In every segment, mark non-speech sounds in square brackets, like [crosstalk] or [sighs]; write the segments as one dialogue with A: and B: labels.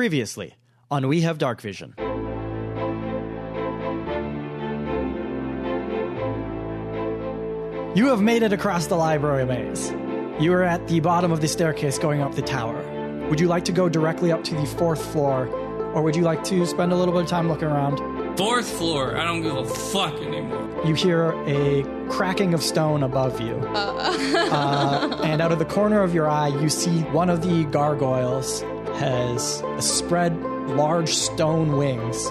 A: Previously on We Have Dark Vision. You have made it across the library maze. You are at the bottom of the staircase going up the tower. Would you like to go directly up to the fourth floor, or would you like to spend a little bit of time looking around?
B: Fourth floor. I don't give a fuck anymore.
A: You hear a cracking of stone above you. Uh, and out of the corner of your eye, you see one of the gargoyles has spread large stone wings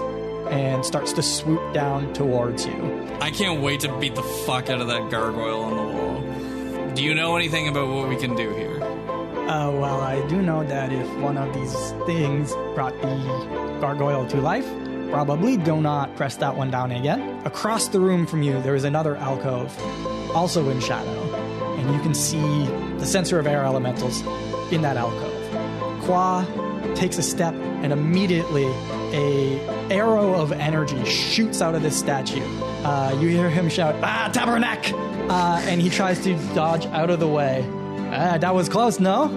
A: and starts to swoop down towards you.
B: I can't wait to beat the fuck out of that gargoyle on the wall. Do you know anything about what we can do here? [laughs]
A: Uh, well, I do know that if one of these things brought the gargoyle to life, probably do not press that one down again. Across the room from you, there is another alcove, also in shadow, and you can see the sensor of air elementals in that alcove. Qua takes a step, and immediately a arrow of energy shoots out of this statue. Uh, you hear him shout, "Ah, tabernacle!" Uh, and he tries to dodge out of the way. Uh, that was close, no?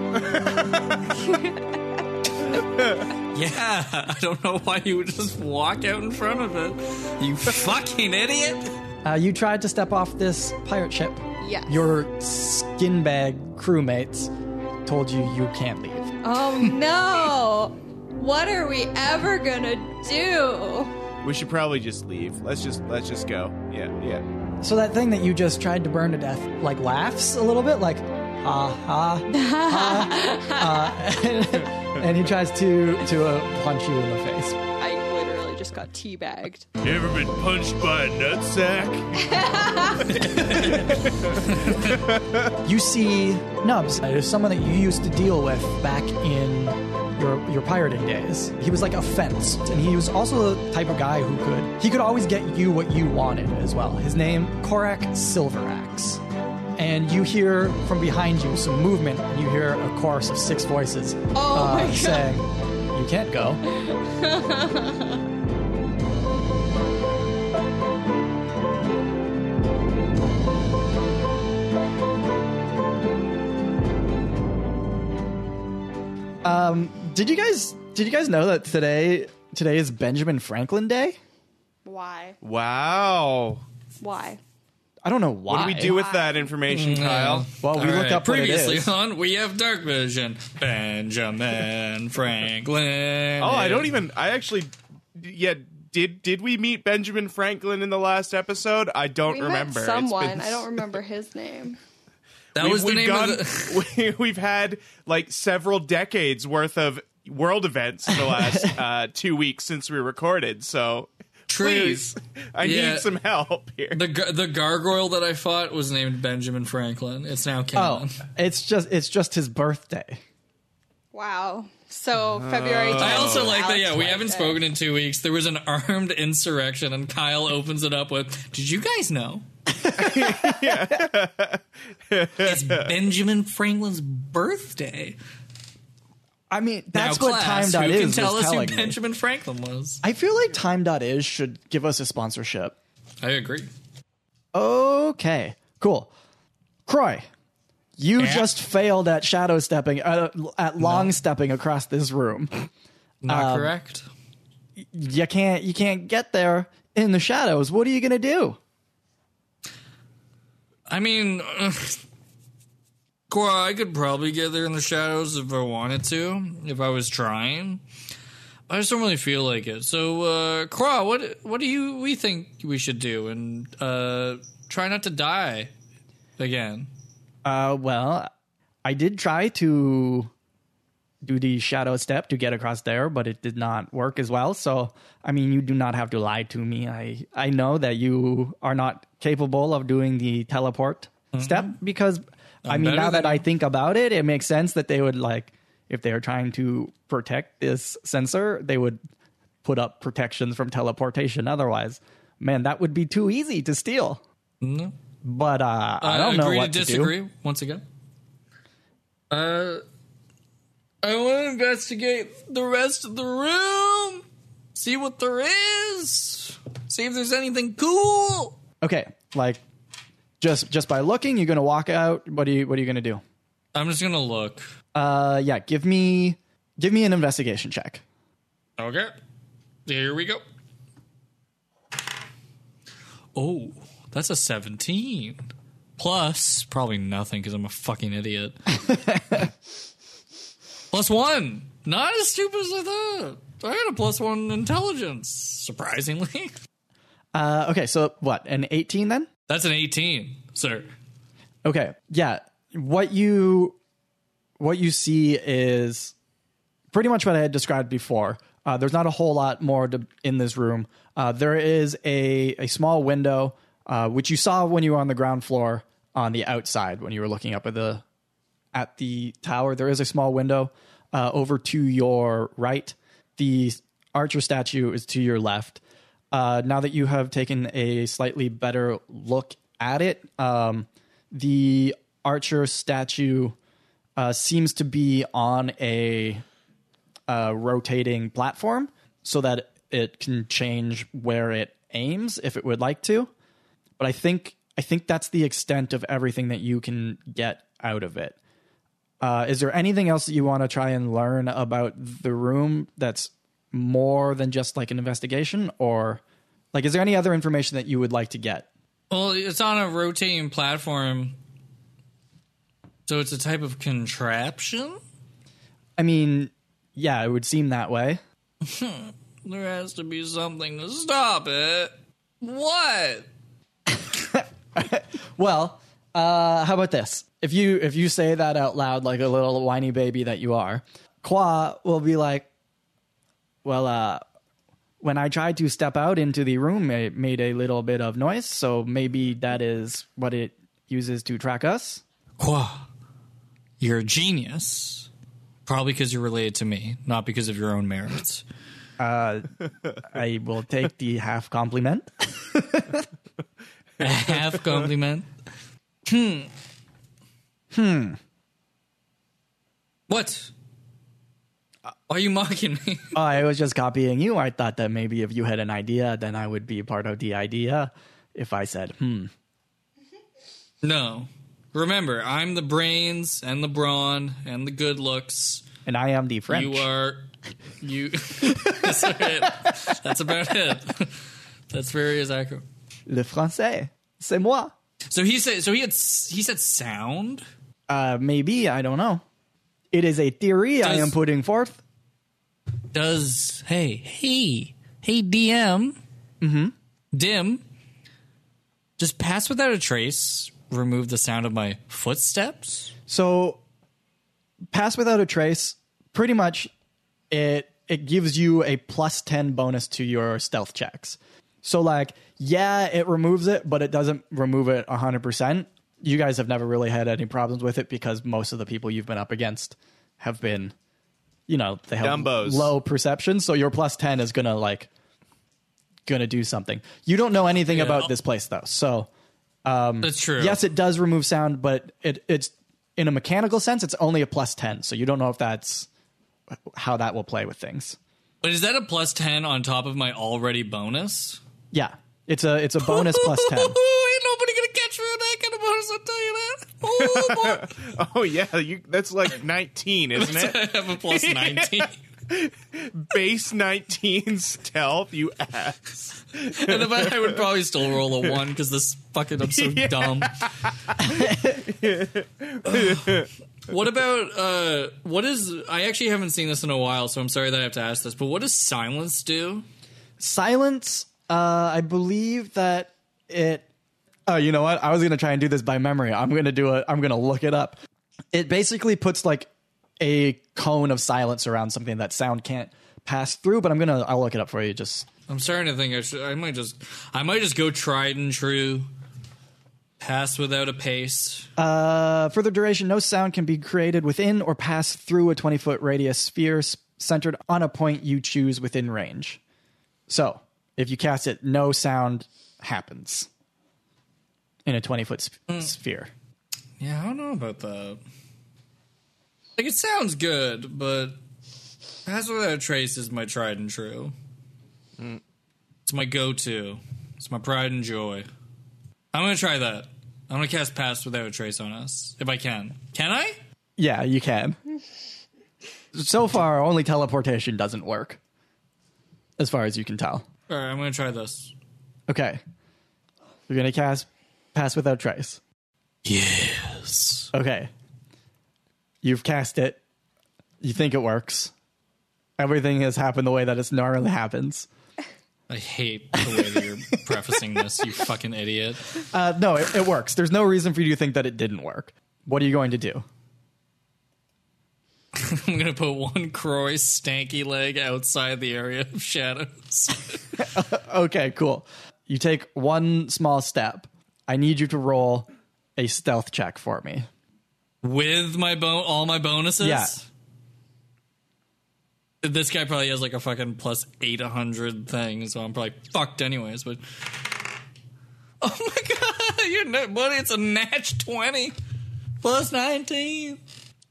B: Yeah, I don't know why you would just walk out in front of it. You [laughs] fucking idiot.
A: Uh, you tried to step off this pirate ship.
C: Yes.
A: Your skin bag crewmates told you you can't leave.
C: Oh no! what are we ever gonna do?
D: We should probably just leave. Let's just let's just go. Yeah, yeah.
A: So that thing that you just tried to burn to death, like, laughs a little bit, like, ha ha.
C: [laughs]
A: ha. Uh, [laughs] and he tries to to uh, punch you in the face.
C: I literally just got teabagged.
D: You ever been punched by a nutsack?
A: You see Nubs. It is someone that you used to deal with back in your your pirating days. He was like a fence, and he was also the type of guy who could he could always get you what you wanted as well. His name Korak Silveraxe. And you hear from behind you some movement, and you hear a chorus of six voices uh,
C: Oh my God.
A: saying, "You can't go." Did you guys did you guys know that today today is Benjamin Franklin Day?
C: Why?
D: Wow.
C: Why?
A: I don't know why.
D: What do we do with that information,
B: Mm,
D: Kyle?
A: Well, Oh, we
B: All
A: looked
B: right,
A: up what it
B: previously
A: is.
B: on We Have Dark Vision. Benjamin Franklin.
D: Oh, I don't even. I actually. Yeah. Did did we meet Benjamin Franklin in the last episode? I don't
C: We
D: remember.
C: met
D: It's
C: someone.
D: been-
C: I don't remember his name.
B: That
D: We've,
B: was the
D: we've
B: name
D: gone,
B: of
D: [laughs]
B: the.
D: we, we've had like several decades worth of world events in the
B: [laughs]
D: last uh, two weeks since we recorded. So
B: True.
D: please, I
B: Yeah.
D: need some help here.
B: The, gar- the gargoyle that I fought was named Benjamin Franklin. It's now
A: Oh,
B: canon.
A: it's just it's just his birthday.
C: Wow. So February. 10th
B: Uh, I also
C: is
B: like that.
C: Alex
B: Yeah, we
C: White's
B: haven't
C: day.
B: spoken in two weeks. There was an [laughs] armed insurrection, and Kyle opens it up with, "Did you guys know?" [laughs] it's Benjamin Franklin's birthday.
A: I mean,
B: Now,
A: that's what
B: class,
A: Time Dot
B: who
A: is.
B: can
A: was
B: tell us who
A: telling me.
B: Benjamin Franklin was?
A: I feel like Time Dot is should give us a sponsorship.
B: I agree.
A: Okay, cool. Croy, you
B: Yeah?
A: just failed at shadow stepping, uh, at long stepping across this room.
B: Not
A: Um,
B: correct.
A: You can't, you can't get there in the shadows. What are you gonna do?
B: I mean, [sighs] Cora, I could probably get there in the shadows if I wanted to, if I was trying. I just don't really feel like it. So, uh, Cora, what what do you we think we should do? And uh, try not to die again.
A: Uh, well, I did try to do the shadow step to get across there, but it did not work as well. So, I mean, you do not have to lie to me. I I know that you are not capable of doing the teleport step because i mean,
B: Mm-hmm. better
A: now
B: than
A: that I think about it, it makes sense that they would like if they were trying to protect this sensor, they would put up protections from teleportation. Otherwise, man, that would be too easy to steal. But uh, I don't know
B: agree
A: what
B: to
A: to,
B: disagree
A: do.
B: once again. Uh, I want to investigate the rest of the room, see what there is, see if there's anything cool.
A: Okay, like just just by looking, you're gonna walk out. What are you What are you gonna do?
B: I'm just gonna look.
A: Uh, yeah, give me give me an investigation check.
B: Okay. Here we go. Oh, that's a 17. Plus, probably nothing because I'm a fucking idiot. plus one. Not as stupid as I thought. I had a plus one intelligence, surprisingly. [laughs]
A: Uh, okay, so what? An 18 then?
B: That's an 18, sir.
A: Okay. Yeah. What you what you see is pretty much what I had described before. Uh, there's not a whole lot more to, in this room. Uh, there is a a small window uh, which you saw when you were on the ground floor on the outside when you were looking up at the at the tower. There is a small window uh, over to your right. The archer statue is to your left. Uh, now that you have taken a slightly better look at it, um, the archer statue uh, seems to be on a uh, rotating platform so that it can change where it aims if it would like to. But I think I think that's the extent of everything that you can get out of it. Uh, is there anything else that you want to try and learn about the room that's more than just like an investigation, or like is there any other information that you would like to get?
B: Well, it's on a rotating platform. So it's a type of contraption?
A: I mean, yeah, it would seem that way.
B: There has to be something to stop it. What?
A: Well, uh, how about this? If you if you say that out loud like a little whiny baby that you are, Qua will be like, "Well, uh, when I tried to step out into the room, it made a little bit of noise, so maybe that is what it uses to track us."
B: Qua, you're a genius. Probably because you're related to me, not because of your own merits.
A: I will take the half compliment.
B: A half [laughs] compliment. Hmm. Hmm. What? Are you mocking me? [laughs]
A: Oh, I was just copying you. I thought that maybe if you had an idea, then I would be part of the idea. If I said, "Hmm,
B: no. Remember, I'm the brains and the brawn and the good looks.
A: and I am the French,"
B: You are you. [laughs] that's, it. that's about it. That's very accurate.
A: le français, c'est moi.
B: So he said. So he had. s- He said sound.
A: Uh, maybe I don't know. It is a theory I
B: Does-
A: am putting forth.
B: Does hey hey hey DM. Mm-hmm. Dim. Just pass without a trace. Remove the sound of my footsteps.
A: So, pass without a trace. Pretty much, it it gives you a plus ten bonus to your stealth checks. So, like, yeah, it removes it, but it doesn't remove it hundred percent. You guys have never really had any problems with it because most of the people you've been up against have been, you know, they have
D: Dumbos.
A: low perception. So your plus ten is gonna like gonna do something. You don't know anything about this place though, so.
B: That's true.
A: Mm. yes, it does remove sound, but it it's in a mechanical sense, it's only a plus ten. So you don't know if that's how that will play with things.
B: But is that a plus ten on top of my already bonus?
A: Yeah, it's a it's a bonus plus ten. [laughs]
B: [laughs] Ain't nobody gonna catch me with that kind of bonus. I'll tell you that.
A: [laughs]
B: Oh boy. [laughs]
D: [laughs] Oh yeah, you, that's like [laughs] 19, isn't it?
B: I have a plus 19.
A: [laughs]
D: Base 19 stealth, you ass.
B: and if I, I would probably still roll a 1 because this fucking, I'm so dumb. what about, uh, what is, I actually haven't seen this in a while, so I'm sorry that I have to ask this, but what does silence do?
A: Silence. Uh, I believe that it. Oh, you know what? I was gonna try and do this by memory. I'm gonna do it. I'm gonna look it up. It basically puts like a cone of silence around something that sound can't pass through. But I'm gonna. I'll look it up for you. Just
B: I'm starting to think I should, I might just, I might just go tried and true, pass without a pace.
A: Uh, further duration, no sound can be created within or pass through a 20 foot radius sphere s- centered on a point you choose within range. So, if you cast it, no sound happens in a 20 foot sp- sphere.
B: Yeah, I don't know about that. Like, it sounds good, but Pass Without a Trace is my tried and true. It's my go to, it's my pride and joy. I'm going to try that. I'm going to cast Pass Without a Trace on us, if I can. Can I?
A: Yeah, you can. so far, only teleportation doesn't work. as far as you can tell.
B: All right, I'm gonna try this.
A: Okay. You're going to cast Pass Without Trace.
B: Yes.
A: Okay. You've cast it. You think it works. Everything has happened the way that it normally happens.
B: I hate the way that you're prefacing this. You fucking idiot.
A: Uh, no, it, it works. There's no reason for you to think that it didn't work. What are you going to do?
B: I'm gonna put one Croy's stanky leg outside the area of shadows.
A: Okay, cool. You take one small step. I need you to roll a stealth check for me.
B: with my bon- all my bonuses.
A: Yeah.
B: This guy probably has like a fucking plus eight hundred thing, so I'm probably fucked anyways. But [laughs] oh my god, you're not, buddy, it's a natch twenty plus nineteen.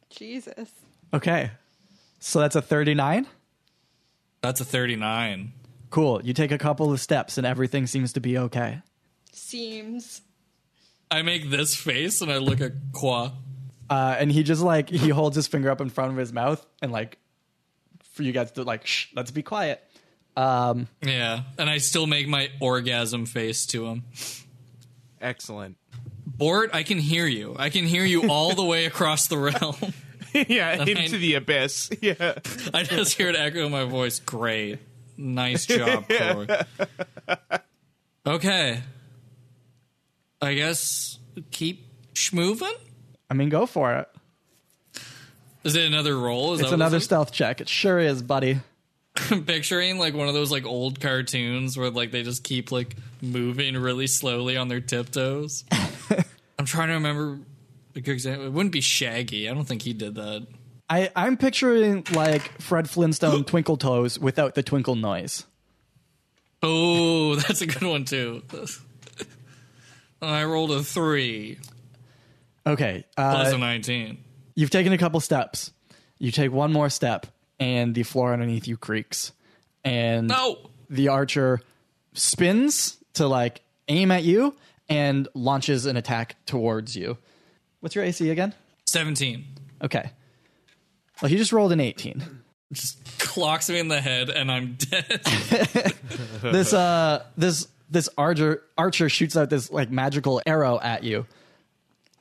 C: Jesus.
A: Okay. So that's a 39?
B: That's a thirty nine.
A: Cool. You take a couple of steps and everything seems to be okay.
C: Seems.
B: I make this face and I look at Qua.
A: Uh, and he just like he holds his finger up in front of his mouth and like for you guys to like shh, let's be quiet. Um,
B: Yeah, and I still make my orgasm face to him.
D: Excellent.
B: Bort, I can hear you. I can hear you all the way across the realm.
D: yeah, into
B: mean-
D: the abyss. [laughs] Yeah.
B: I just hear it echo in my voice. Great.
A: [laughs]
B: Nice job, Corey. Okay. I guess keep schmoving?
A: I mean, go for it.
B: Is it another roll? Is
A: It's
B: that what
A: another
B: this is?
A: stealth check. It sure is, buddy.
B: I'm picturing like one of those like old cartoons where like they just keep like moving really slowly on
A: [laughs]
B: their tiptoes. I'm trying to remember a good example. It wouldn't be Shaggy. I don't think he did that.
A: I I'm picturing like Fred
B: [gasps]
A: Flintstone twinkle toes without the twinkle noise.
B: Oh, [laughs] that's a good one too. [laughs] I rolled a three
A: Okay,
B: plus
A: uh,
B: a nineteen.
A: you've taken a couple steps. You take one more step, and the floor underneath you creaks. And
B: No.
A: the archer spins to like aim at you and launches an attack towards you. What's your AC again?
B: 17.
A: Okay. Well, he just rolled an 18.
B: Clocks me in the head and I'm dead.
A: This uh this this archer archer shoots out this like magical arrow at you.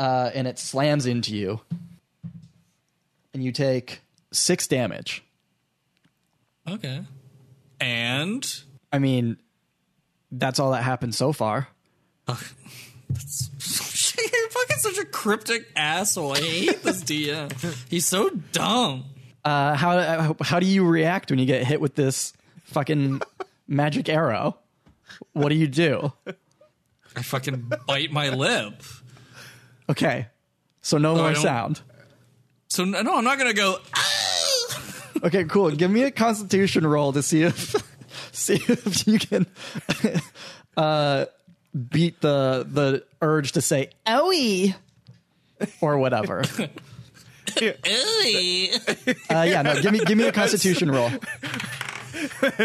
A: Uh and it slams into you. And you take 6 damage.
B: okay. And
A: I mean, that's all that happened so far.
B: [laughs] you're fucking such a cryptic asshole. I hate this DM. He's so dumb.
A: Uh how how do you react when you get hit with this fucking [laughs] magic arrow? What do you do?
B: I fucking bite my lip.
A: Okay. So no
B: I
A: more
B: don't-
A: sound.
B: So no, I'm not gonna go.
A: Okay, cool. Give me a constitution roll to see if [laughs] see if you can [laughs] uh beat the the urge to say owie or whatever.
B: "Ugh."
A: Uh yeah, no, give me give me a constitution roll.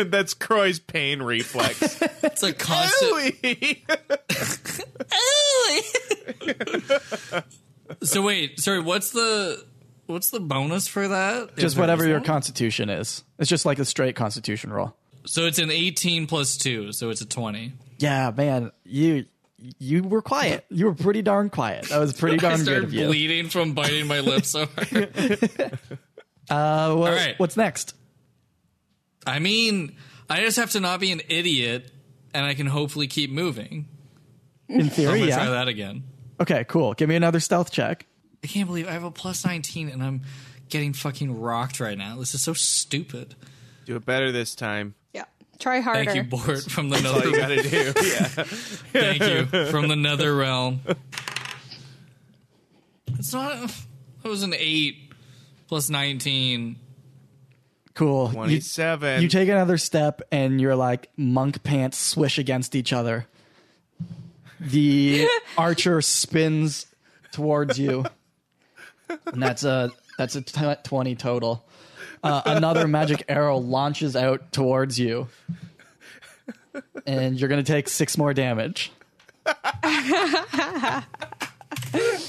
A: [laughs]
D: That's Croy's pain [laughs] reflex.
B: It's a constant. "Ugh." so wait, sorry. What's the what's the bonus for that? Is
A: Just
B: there
A: whatever your
B: one?
A: constitution is. It's just like a straight constitution roll.
B: so it's an 18 plus two, so it's a 20.
A: Yeah, man, you you were quiet. You were pretty darn quiet. That was [laughs] pretty
B: I
A: darn good
B: started
A: of you.
B: bleeding from biting my lip so hard.
A: Uh, what-
B: right.
A: What's next?
B: I mean, I just have to not be an idiot, and I can hopefully keep moving.
A: In
B: I'm
A: theory,
B: gonna
A: yeah.
B: try that again.
A: Okay, cool. Give me another stealth check.
B: I can't believe I have a plus 19 and I'm getting fucking rocked right now. This is so stupid.
D: Do it better this time.
C: Yeah. Try harder.
B: Thank you, Bort, from the
D: All you
B: nether.
D: gotta do. [laughs] Yeah.
B: thank you from the nether realm. It's not. That was an eight plus 19.
A: Cool. You-
D: Twenty-seven.
A: You take another step and you're like monk pants swish against each other. The archer spins towards you. And that's a that's a t- 20 total. Uh, another magic arrow launches out towards you. And you're going to take 6 more damage.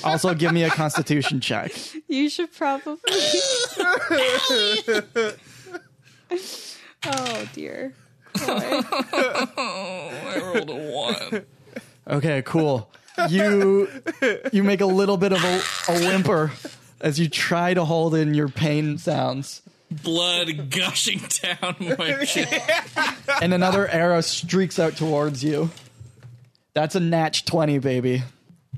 A: also give me a constitution check.
C: You should
B: [laughs]
C: probably. oh dear.
B: [laughs]
C: toy.
B: I rolled a one.
A: Okay, cool. You you make a little bit of a, a whimper as you try to hold in your pain sounds,
B: Blood gushing down my chin.
A: and another arrow streaks out towards you. That's a natch twenty, baby.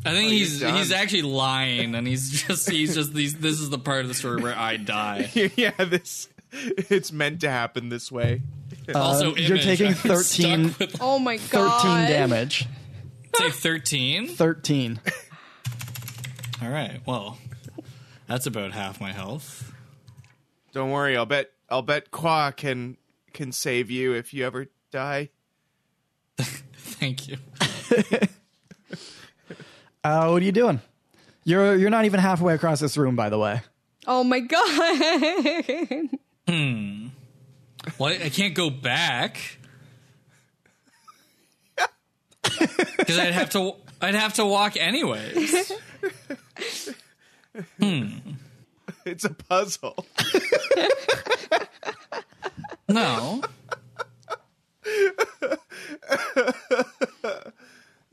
B: I think he's
D: done.
B: he's actually lying, and he's just he's just these. This is the part of the story where I [laughs] die.
D: [laughs] yeah, this it's meant to happen this way.
B: also,
A: Uh, you're
B: image,
A: taking
B: I'm
A: 13
B: [laughs] stuck with-
C: Oh my
A: Thirteen
C: god.
A: damage.
B: Take thirteen.
A: Thirteen.
B: All right. Well, that's about half my health.
D: Don't worry, I'll bet I'll bet Qua can can save you if you ever die.
B: Thank you.
A: Uh, what are you doing? You're you're not even halfway across this room, by the way.
C: Oh my god. [laughs]
B: Well, I can't go back [laughs] because I'd have to. I'd have to walk anyways.
D: It's a puzzle.
B: [laughs] No.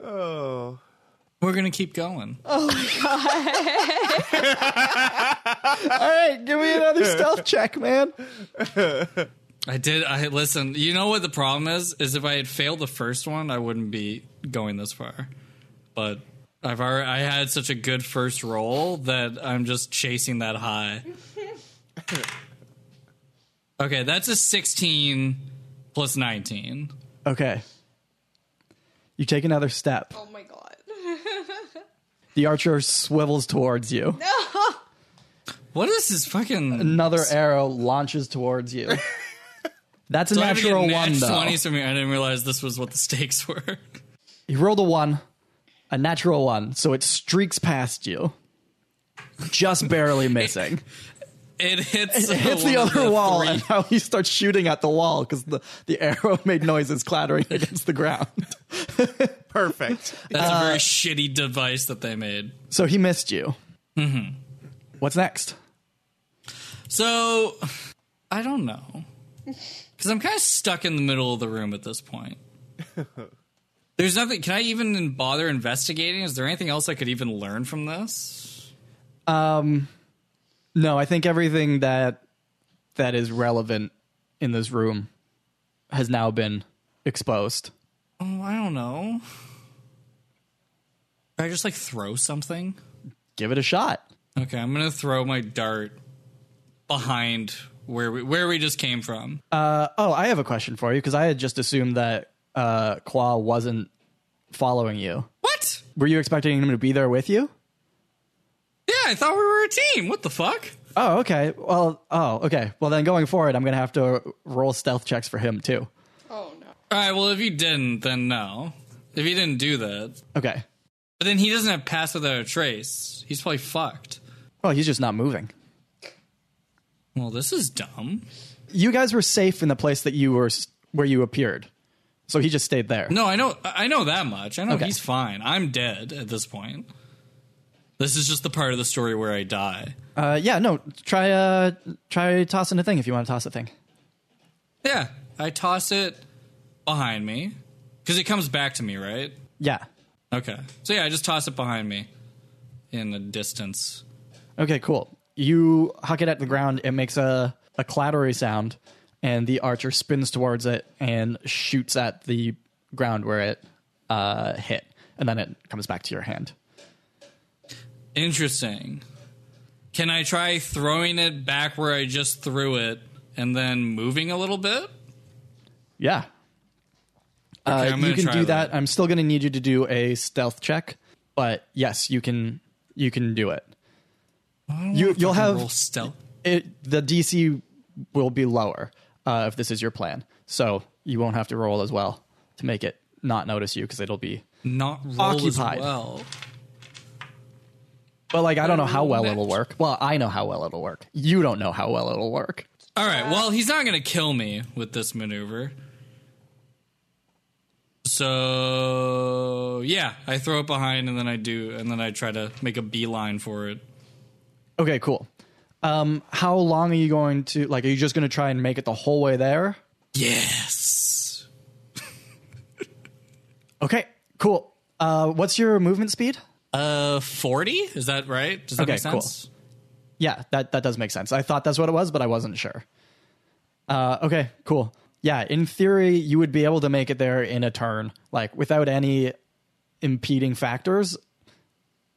D: Oh.
B: We're gonna keep going.
A: All right, give me another stealth check, man.
B: I did. I listen. You know what the problem is? Is if I had failed the first one, I wouldn't be going this far. But I've already. I had such a good first roll that I'm just chasing
A: [laughs]
B: that high. Okay, that's a 16 plus 19.
A: Okay. You take another step.
C: oh my god.
A: The archer swivels towards you.
B: What is this fucking?
A: Another arrow launches towards
B: [laughs]
A: you. That's a
B: Do I have to get
A: natural
B: nat
A: one, though.
B: 20s from here? I didn't realize this was what the stakes were. [laughs]
A: You rolled a one, a natural one, so it streaks past you, just
B: [laughs]
A: barely missing.
B: It hits.
A: it hits the other wall, and now you start shooting at the wall because the, the arrow [laughs] made noises clattering [laughs] against the ground.
D: [laughs] Perfect.
B: That's
A: Uh,
B: a very shitty device that they made.
A: So he missed you. Mm-hmm. What's next?
B: So I don't know because I'm kind of stuck in the middle of the room at this point. There's nothing. Can I even bother investigating? Is there anything else I could even learn from this?
A: No, I think everything that that is relevant in this room has now been exposed.
B: Oh, I don't know. Can I just like throw something?
A: Give it a shot.
B: Okay, I'm gonna throw my dart behind where we where we just came from. Uh,
A: Oh, I have a question for you because I had just assumed that uh, Claw wasn't following you.
B: what?
A: Were you expecting him to be there with you?
B: Yeah, I thought we were a team. What the fuck?
A: Oh, okay. Well, oh, okay. Well, then going forward, I'm going to have to roll stealth checks for him too.
C: Oh no.
B: All right. Well, if you didn't, then no. If you didn't do that,
A: Okay.
B: But then he doesn't have pass without a trace. He's probably fucked.
A: Well, he's just not moving.
B: Well, this is dumb.
A: You guys were safe in the place that you were s- where you appeared. So he just stayed there.
B: No, I know I know that much. I know
A: Okay.
B: he's fine. I'm dead at this point. This is just the part of the story where I die.
A: Uh, yeah, no. Try uh try tossing a thing if you want to toss a thing.
B: Yeah, I toss it behind me cuz it comes back to me, right?
A: Yeah.
B: Okay. So yeah, I just toss it behind me in the distance.
A: Okay, cool. You huck it at the ground, it makes a, a clattery sound, and the archer spins towards it and shoots at the ground where it uh, hit, and then it comes back to your hand.
B: Interesting. Can I try throwing it back where I just threw it and then moving a little bit?
A: Yeah.
B: Okay,
A: Uh,
B: I'm
A: you
B: gonna
A: can
B: try
A: do that. I'm still going to need you to do a stealth check, but yes, you can you can do it. You you'll have
B: roll stealth.
A: it, the DC will be lower uh, if this is your plan, so you won't have to roll as well to make it not notice you because it'll be.
B: not roll
A: Occupied.
B: as well.
A: But like, I don't know how well
B: Next.
A: it'll work. Well, I know how well it'll work. You don't know how well it'll work.
B: All right. Well, he's not going to kill me with this maneuver. So yeah, I throw it behind, and then I do, and then I try to make a beeline for it.
A: Okay, cool. Um, how long are you going to like? Are you just going to try and make it the whole way there?
B: Yes.
A: Okay, cool. Uh, what's your movement speed?
B: Uh, forty is that right? Does that
A: Okay,
B: make sense?
A: Yeah, that, that does make sense. I thought that's what it was, but I wasn't sure. Uh, okay, cool. Yeah, in theory, you would be able to make it there in a turn, like without any impeding factors.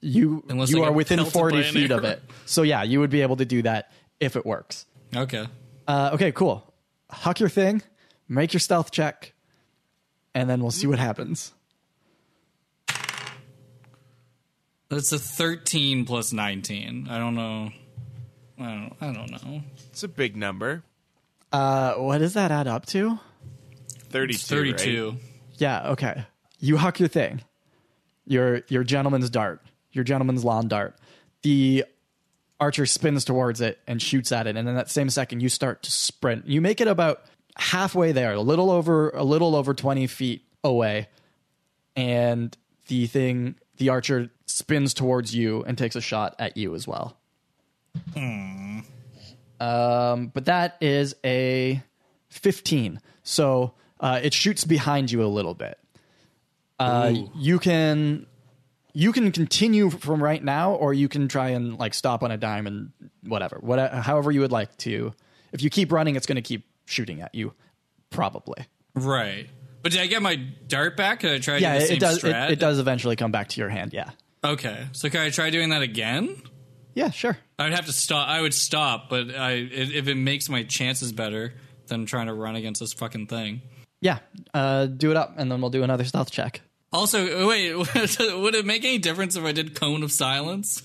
A: You
B: Unless
A: you
B: they
A: are
B: get
A: within
B: pelted
A: forty
B: by an
A: feet of
B: arrow.
A: it, so yeah, you would be able to do that if it works.
B: Okay.
A: Uh, okay, cool. Huck your thing, make your stealth check, and then we'll see what happens.
B: That's a thirteen plus nineteen. I don't know. I don't. I don't know.
D: It's a big number.
A: Uh, what does that add up to?
D: 32.
B: It's thirty-two.
D: right?
A: Yeah, okay. You huck your thing. Your your gentleman's dart. Your gentleman's lawn dart. The archer spins towards it and shoots at it, and then that same second you start to sprint. You make it about halfway there, a little over a little over twenty feet away, and the thing the archer spins towards you and takes a shot at you as well. Um, but that is a 15. So uh, it shoots behind you a little bit. Uh, you can you can continue from right now, or you can try and like stop on a dime and whatever. What, however you would like to. If you keep running, it's going to keep shooting at you, probably.
B: Right. But did I get my dart back? Can I try
A: Yeah,
B: doing the
A: it,
B: same
A: it does. It,
B: strat?
A: it does eventually come back to your hand. Yeah.
B: Okay. So can I try doing that again?
A: Yeah. Sure.
B: I would have to stop. I would stop, but I if if it makes my chances better than trying to run against this fucking thing.
A: Yeah. Uh, do it up, and then we'll do another stealth check.
B: Also, [laughs] wait, would it make any difference if I did cone of silence?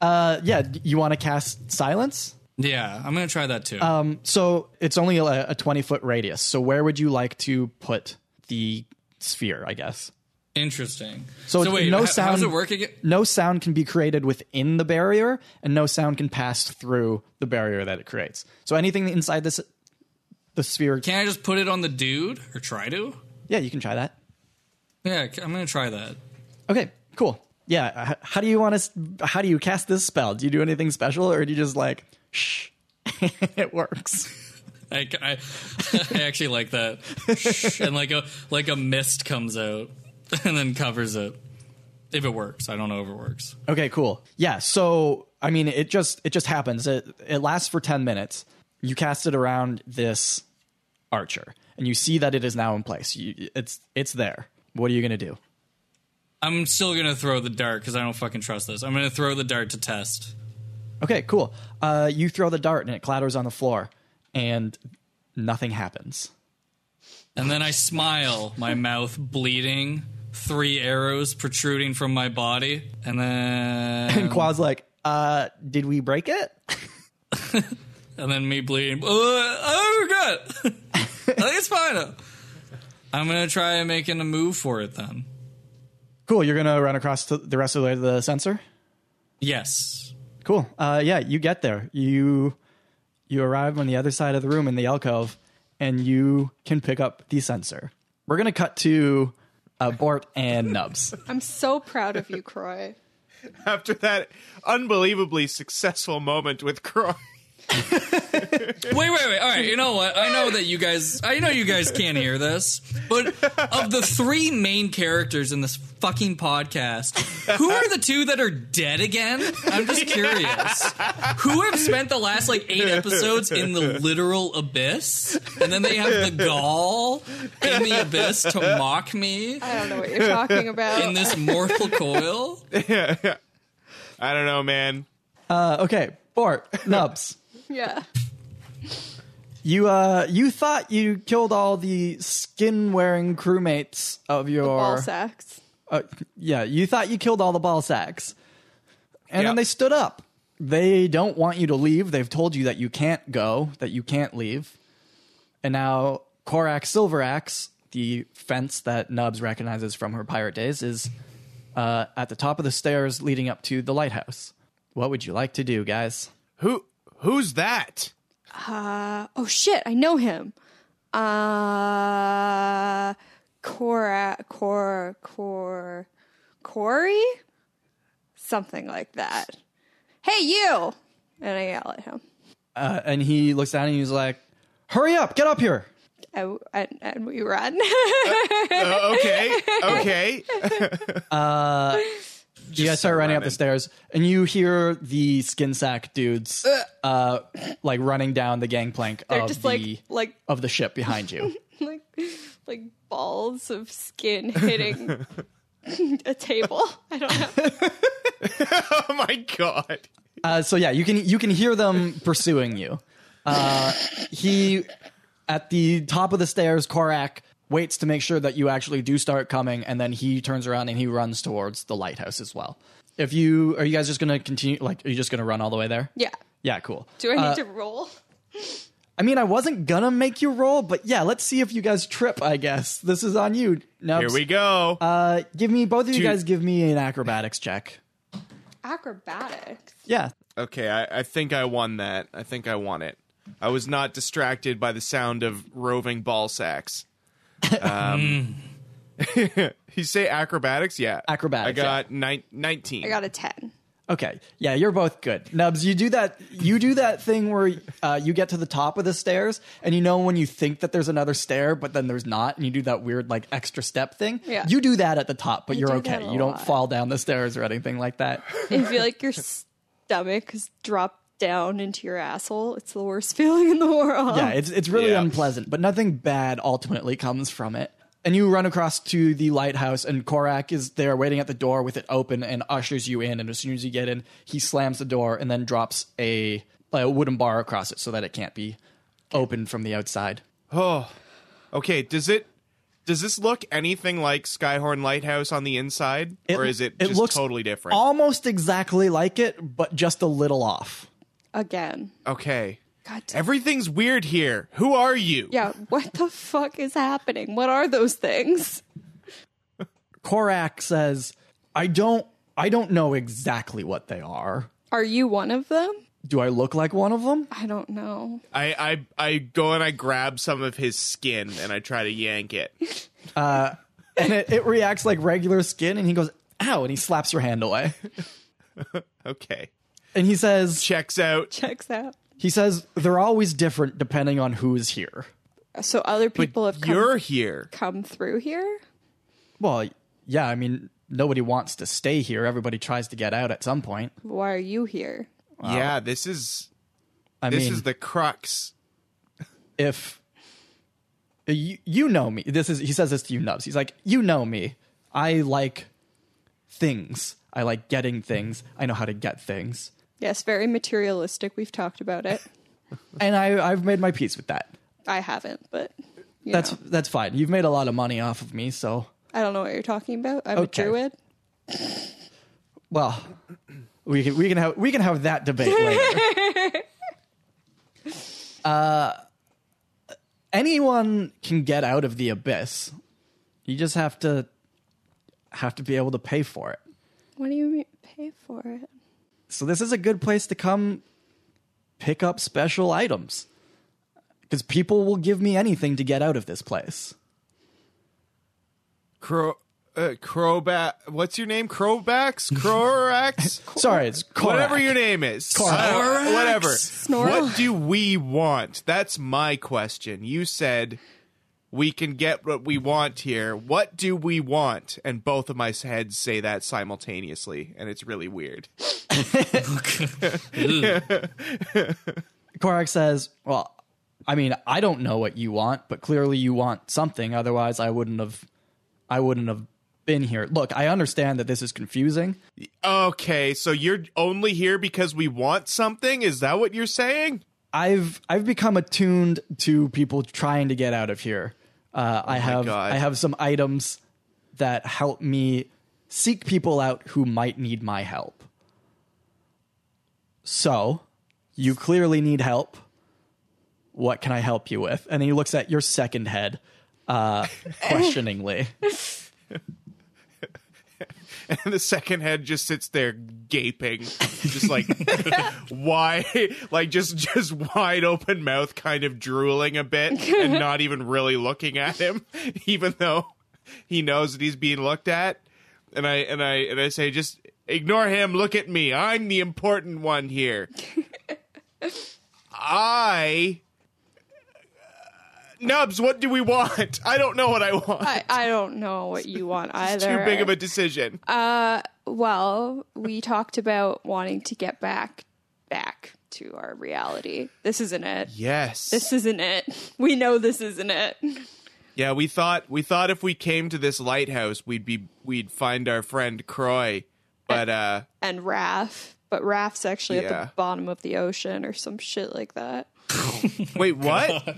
A: Uh, yeah. You want to cast silence?
B: Yeah, I'm gonna try that too.
A: Uh, So it's only a, a 20 foot radius. So where would you like to put the sphere, I guess?
B: Interesting.
A: So, it's-
B: wait,
A: no
B: how,
A: sound.
B: How's it working?
A: No sound can be created within the barrier, and no sound can pass through the barrier that it creates. So anything inside this, the sphere.
B: Can I just put it on the dude or try to?
A: yeah, you can try that.
B: Yeah, c- I'm gonna try that.
A: Okay, cool. Yeah, h- how do you want to? How do you cast this spell? Do you do anything special, or do you just like, shh, [laughs] it works?
B: I, I, I [laughs] actually like that. and like a like a mist comes out [laughs] and then covers it. If it works, I don't know if it works.
A: Okay, cool. Yeah, so I mean, it just it just happens. It it lasts for ten minutes. You cast it around this archer, and you see that it is now in place. You, it's it's there. What are you gonna do?
B: I'm still gonna throw the dart because I don't fucking trust this. I'm gonna throw the dart to test.
A: Okay, cool. Uh, you throw the dart, and it clatters on the floor, and nothing happens.
B: And then I smile, my mouth bleeding, three arrows protruding from my body, and then
A: And Qua's like, uh, "Did we break it?"
B: and then me bleeding. Uh, oh god! [laughs] I think it's fine. I'm gonna try making a move for it then.
A: cool. You're gonna run across to the rest of the way to the sensor.
B: Yes.
A: Cool. Uh, yeah, you get there. You you arrive on the other side of the room in the alcove, and you can pick up the sensor. We're gonna cut to uh, Bort and Nubs.
C: I'm so proud of you, Croy.
D: After that unbelievably successful moment with Croy.
B: Wait, wait, wait. All right, you know what? I know that you guys, I know you guys can't hear this, but of the three main characters in this fucking podcast, who are the two that are dead again? I'm just curious. Who have spent the last like eight episodes in the literal abyss, and then they have the gall in the abyss to mock me
C: I don't know what you're talking about.
B: in this mortal coil?
D: I don't know, man.
A: Uh, okay, Bort, Nubs.
C: yeah.
A: You uh, you thought you killed all the skin wearing crewmates of your
C: Ball sacks.
A: Uh, yeah, you thought you killed all the ball sacks. And
D: Yeah.
A: then they stood up. They don't want you to leave. They've told you that you can't go, that you can't leave. And now Korak Silverax, the fence that Nubs recognizes from her pirate days, is uh, at the top of the stairs leading up to the lighthouse. What would you like to do, guys?
D: Who who's that?
C: Oh shit, I know him. Uh Cora Cor Cor Corey? Something like that. Hey you and I yell at him.
A: Uh, and he looks down and he's like, "Hurry up! Get up here!"
C: and, and, and we run. [laughs]
D: Uh, okay, okay.
A: you
D: [laughs]
A: guys start
D: start
A: running up
D: running.
A: the stairs, and you hear the skin sack dudes, uh, like running down the gangplank
C: They're
A: of
C: just
A: the
C: like like
A: of the ship behind you.
C: like like balls of skin
A: [laughs]
C: hitting [laughs] a table. I don't know.
D: oh my god.
A: Uh, so yeah, you can you can hear them pursuing you. Uh, he at the top of the stairs, Korak waits to make sure that you actually do start coming, and then he turns around and he runs towards the lighthouse as well. If you are you guys just gonna continue? Like, are you just gonna run all the way there?
C: Yeah.
A: Yeah, cool.
C: Do I need
A: Uh,
C: to roll?
A: I mean, I wasn't gonna make you roll, but yeah, let's see if you guys trip. I guess this is on you. Now,
D: Here we go.
A: Uh, give me both of you
D: Dude.
A: guys. Give me an acrobatics check.
C: Acrobatics.
A: Yeah,
D: okay, I, I think I won that. I think I won it. I was not distracted by the sound of roving ball sacks.
A: [laughs]
D: Um, [laughs] you say acrobatics? Yeah.
A: Mm. Acrobatics,
D: I got nine, 19.
C: I got a ten.
A: Okay. Yeah, you're both good. Nubs, you do that you do that thing where uh, you get to the top of the stairs and you know when you think that there's another stair but then there's not and you do that weird like extra step thing.
C: Yeah.
A: You do that at the top, but you're
C: do
A: okay.
C: that a
A: You don't
C: lot.
A: fall down the stairs or anything like that.
C: If you feel like your stomach is dropped down into your asshole, it's the worst feeling in the world.
D: Oh.
A: yeah, it's it's really
D: Yeah.
A: unpleasant, but nothing bad ultimately comes from it. And you run across to the lighthouse, and Korak is there waiting at the door with it open and ushers you in. And as soon as you get in, he slams the door and then drops a, a wooden bar across it so that it can't be opened from the outside.
D: Oh, okay. Does it? Does this look anything like Skyhorn Lighthouse on the inside, or is it, just totally different?
A: Almost exactly like it, but just a little off.
C: Again.
D: okay,
C: God damn.
D: everything's weird here. Who are you?
C: yeah, what the fuck is happening? What are those things?
A: Korak says, "I don't, I don't know exactly what they are.
C: Are you one of them?
A: Do I look like one of them?"
C: I don't know.
D: I, I I go and I grab some of his skin and I try to yank it.
C: [laughs]
A: and it, it reacts like regular skin and he goes ow and he slaps your hand away [laughs]
D: Okay,
A: and he says
D: checks out.
C: Checks out.
A: he says they're always different depending on who's here
C: So other people have come,
D: You're here.
C: come through here?
A: well yeah i mean nobody wants to stay here everybody tries to get out at some point
C: Why are you here?
D: Yeah, this is
A: i
D: this
A: mean
D: is the crux.
A: if you, you know me this is he says this to you nubs he's like you know me i like things i like getting things i know how to get things
C: Yes, very materialistic. We've talked about it.
A: and I, i've made my peace with that
C: I haven't, but you
A: that's
C: know.
A: that's fine you've made a lot of money off of me so
C: I don't know what you're talking about. I'm
A: Okay.
C: a druid.
A: Well, we can we can have we can have that debate later. uh, anyone can get out of the abyss. You just have to have to be able to pay for it.
C: What do you mean pay for it?
A: So this is a good place to come pick up special items because people will give me anything to get out of this place.
D: Crow, uh, Crowback. What's your name? Crowbacks. Crorax.
A: Sorry, it's Korak.
D: Whatever your name is.
B: Korak.
D: Uh, whatever.
C: Snorlax.
D: What do we want? That's my question. You said we can get what we want here. What do we want? And both of my heads say that simultaneously, and it's really weird.
A: Korak says, "Well, I mean, I don't know what you want, but clearly you want something. Otherwise, I wouldn't have, I wouldn't have been here. Look, I understand that this is confusing.
D: Okay, so you're only here because we want something? Is that what you're saying?
A: I've I've become attuned to people trying to get out of here. Uh, I have
D: God.
A: I have some items that help me seek people out who might need my help. So, you clearly need help. What can I help you with? And he looks at your second head uh, questioningly.
D: [laughs] And the second head just sits there gaping, just like [laughs] why, like just just wide open mouth, kind of drooling a bit, and not even really looking at him, [laughs] even though he knows that he's being looked at. And I and I and I say, just ignore him. Look at me. I'm the important one [laughs] here. I Nubs, what do we want? I don't know what I want.
C: I, I don't know what you want
D: [laughs] it's
C: either. Uh,
D: too big of a decision.
C: Well, we talked about wanting to get back back to our reality. This isn't it.
D: yes.
C: This isn't it. We know this isn't it.
D: yeah, we thought we thought if we came to this lighthouse, we'd be we'd find our friend Croy, but uh
C: And Raph, but Raph's actually at
D: Yeah.
C: the bottom of the ocean or some shit like that.
D: Wait, what?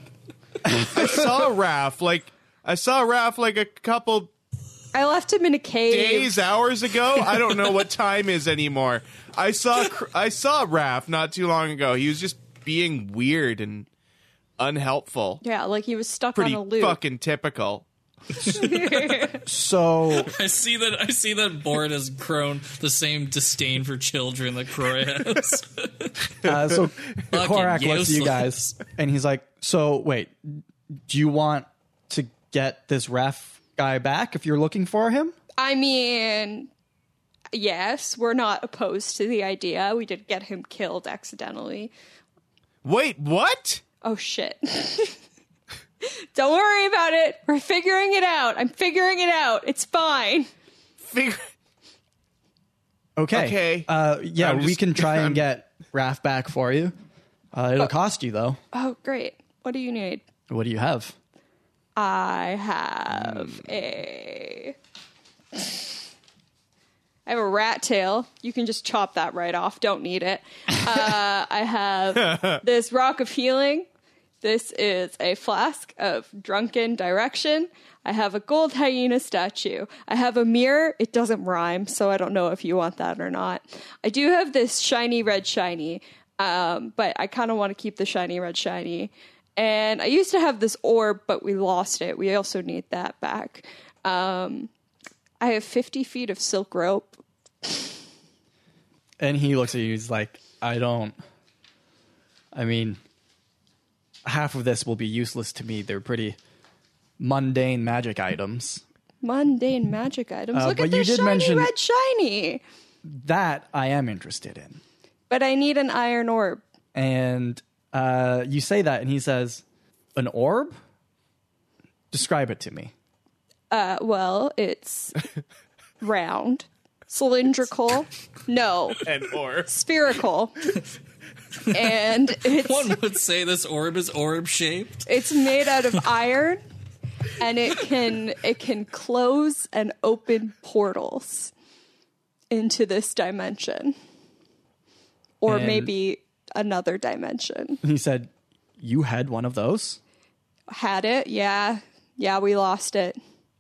D: I saw Raph like I saw Raph like a couple
C: I left him in a cave.
D: days, hours ago. I don't know what time is anymore. I saw Cr- I saw Raph not too long ago. He was just being weird and unhelpful.
C: Yeah, like he was stuck
D: Pretty
C: on a loop. [laughs]
D: fucking typical.
A: So
B: [laughs] I see that. I see that Borat has grown the same disdain for children that Croy has.
A: uh, so Korak looks at you
B: useless.
A: guys and he's like, "So wait, do you want to get this ref guy back if you're looking for him?"
C: I mean, yes, we're not opposed to the idea. We did get him killed accidentally.
D: Wait, what?
C: Oh shit. [laughs] Don't worry about it. We're figuring it out. I'm figuring it out. It's fine.
D: Fig-
A: Okay.
D: Okay.
A: Uh, yeah,
D: I'm
A: we
D: just-
A: can try [laughs] and
D: I'm-
A: get Raph back for you. Uh, it'll cost you though.
C: Oh, great. What do you need?
A: What do you have?
C: I have a I have a rat tail. You can just chop that right off. Don't need it. Uh, I have this rock of healing. This is a flask of drunken direction. I have a gold hyena statue. I have a mirror. It doesn't rhyme, so I don't know if you want that or not. I do have this shiny red shiny, um, but I kind of want to keep the shiny red shiny. And I used to have this orb, but we lost it. We also need that back. Um, I have 50 feet of silk rope.
A: And he looks at you. He's like, "I don't. I mean, half of this will be useless to me. They're pretty mundane magic items.
C: Mundane magic items. Look
A: Uh, but
C: at
A: you did
C: this shiny
A: mention-
C: red shiny.
A: That I am interested in."
C: But I need an iron orb.
A: And uh, you say that, and he says, "An orb? Describe it to me."
C: Uh, well,
A: [laughs]
C: it's round, cylindrical. No,
D: and or
C: spherical.
A: [laughs]
C: And
B: [laughs]
C: it's
B: One would say this orb is orb shaped.
C: It's made out of iron, and it can it can close and open portals into this dimension, or
A: And-
C: maybe another dimension.
A: And he said, "You had one of those."
C: Had it? Yeah, yeah. We lost it.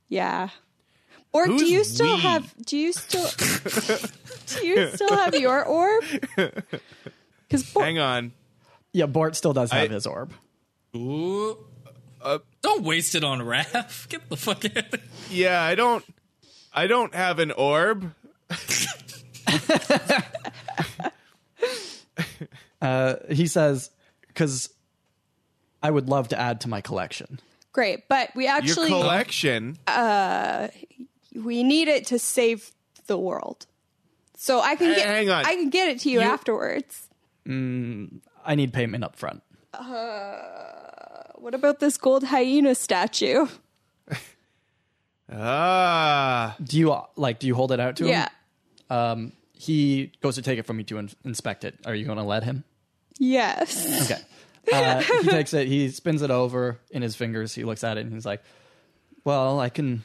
C: Yeah. Or do
D: Who's
C: you still
D: we?
C: have? Do you
D: [laughs]
C: still? do you still have your orb? Because
D: hang on.
A: Yeah, Bort still does have
D: I-
A: his orb.
B: Ooh. Don't waste it on Raph. [laughs] Get the fuck out of here.
D: Yeah, I don't I don't have an orb.
A: He says, "Because I would love to add to my collection."
C: great, but we
D: Your
C: actually
D: collection.
C: we need it to save the world. So I can
D: Hey,
C: get
D: hang on.
C: I can get it to you, afterwards.
A: I need payment up front.
C: What about this gold hyena statue?
D: Ah.
A: Do you uh, like? Do you hold it out to him? Um,
C: Yeah.
A: He goes to take it from you to in- inspect it. Are you going to let him?
C: Yes.
A: Okay. Uh, he takes it. He spins it over in his fingers. He looks at it and he's like, "Well, I can,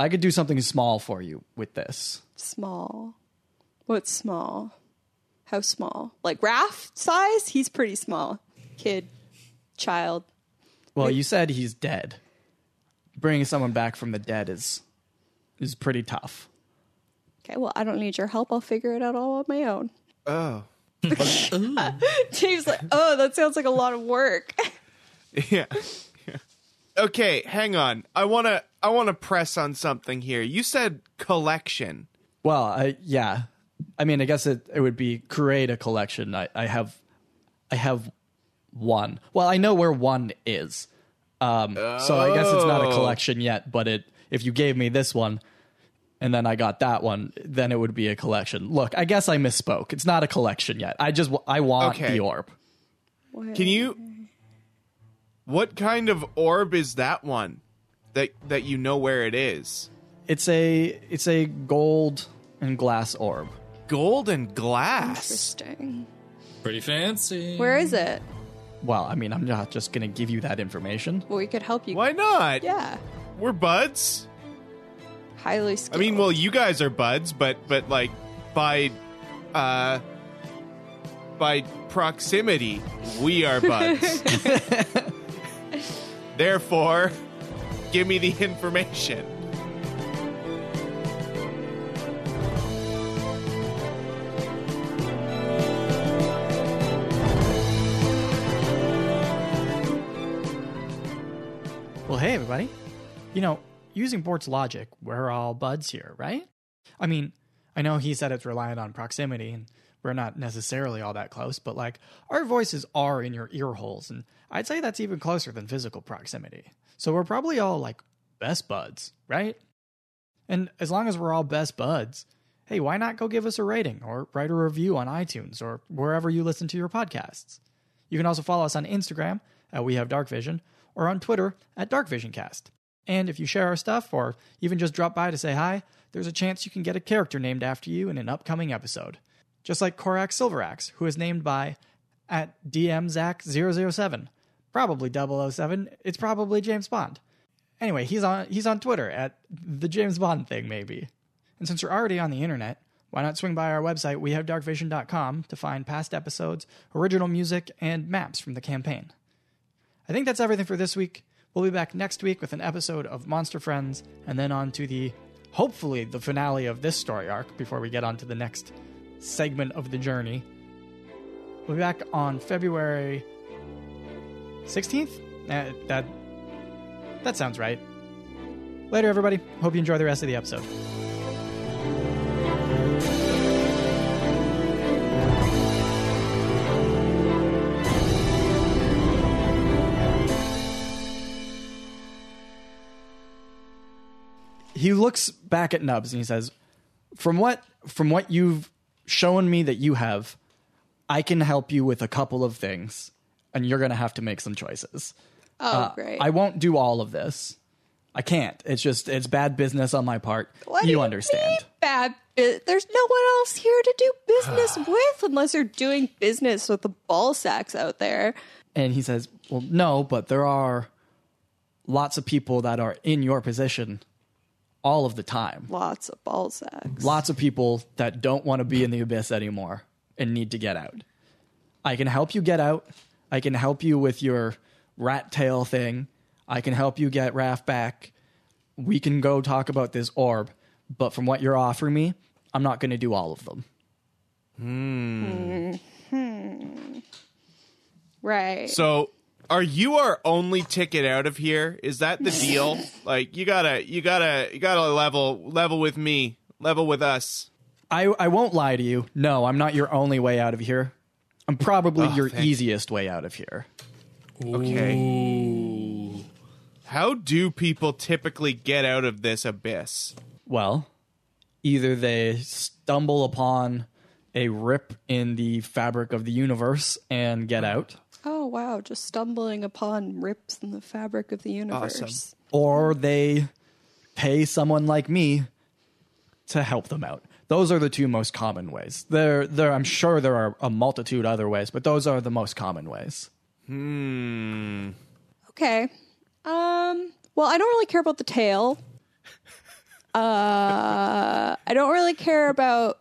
A: I could do something small for you with this.
C: Small. What's small? How small? Like Raph size? He's pretty small. Kid, child.
A: Well, you said he's dead. Bringing someone back from the dead is is pretty tough.
C: Okay, well, I don't need your help. I'll figure it out all on my own. [laughs]
D: Oh.
C: Dave's like, oh, that sounds like a lot of work.
D: [laughs]
C: [laughs]
D: yeah. Okay, hang on. I want to I want to press on something here. You said collection.
A: Well, I, yeah. I mean, I guess it, it would be create a collection. I, I have, I have one. Well, I know where one is. Um, so I guess it's not a collection yet. But it, if you gave me this one, and then I got that one, then it would be a collection. Look, I guess I misspoke. It's not a collection yet. I just w- I want
D: Okay.
A: the orb.
D: Can you What kind of orb is that one? That that you know where it is.
A: It's a it's a gold and glass orb.
D: Gold and glass.
C: Interesting.
B: Pretty fancy.
C: Where is it?
A: Well, I mean, I'm not just going to give you that information.
C: Well, we could help you.
D: Why not?
C: Yeah.
D: We're buds.
C: Highly
D: I
C: skilled.
D: mean, well, you guys are buds, but but like by uh by proximity, we are buds. [laughs] Therefore, give me the information.
A: Well, hey everybody. You know, using Bort's logic, we're all buds here, right? I mean, I know he said it's reliant on proximity and we're not necessarily all that close, but like our voices are in your ear holes and I'd say that's even closer than physical proximity. So we're probably all like best buds, right? And as long as we're all best buds, hey, why not go give us a rating or write a review on iTunes or wherever you listen to your podcasts? You can also follow us on Instagram at We Have Dark Vision or on Twitter at Dark Vision Cast. And if you share our stuff or even just drop by to say hi, there's a chance you can get a character named after you in an upcoming episode. Just like Korak Silverax, who is named by at DMZack007. Probably 007. It's probably James Bond. Anyway, he's on he's on Twitter at the James Bond thing maybe. And since you're already on the internet, why not swing by our website, wehavedarkvision.com, to find past episodes, original music, and maps from the campaign. I think that's everything for this week. We'll be back next week with an episode of Monster Friends, and then on to the hopefully the finale of this story arc before we get on to the next segment of the journey. We'll be back on February 16th? Uh, that that sounds right. Later everybody. Hope you enjoy the rest of the episode. he looks back at Nubs and he says, "From what from what you've shown me that you have, I can help you with a couple of things, and you're going to have to make some choices.
C: oh, great.
A: I won't do all of this. I can't. It's just it's bad business on my part.
C: What do
A: you understand."
C: mean bad. bu- There's no one else here to do
A: [sighs]
C: business with unless you're doing business with the ball sacks out there.
A: And he says, "Well, no, but there are lots of people that are in your position all of the time.
C: Lots of ball sacks.
A: Lots of people that don't want to be in the abyss anymore and need to get out. I can help you get out. I can help you with your rat tail thing. I can help you get Raph back. We can go talk about this orb, but from what you're offering me, I'm not going to do all of them."
C: Right.
D: So, are you our only ticket out of here? Is that the deal? like you gotta, you gotta, you gotta level, level with me, level with us.
A: I, I won't lie to you. No, I'm not your only way out of here. I'm probably your
D: thank-
A: easiest way out of here.
D: Okay. How do people typically get out of this abyss?
A: Well, either they stumble upon a rip in the fabric of the universe and get out,
C: oh wow, just stumbling upon rips in the fabric of the universe.
D: Awesome.
A: or they pay someone like me to help them out. Those are the two most common ways. There, there. I'm sure there are a multitude other ways, but those are the most common ways.
C: Okay. Um. Well, I don't really care about the tail.
A: [laughs]
C: Uh, I don't really care about.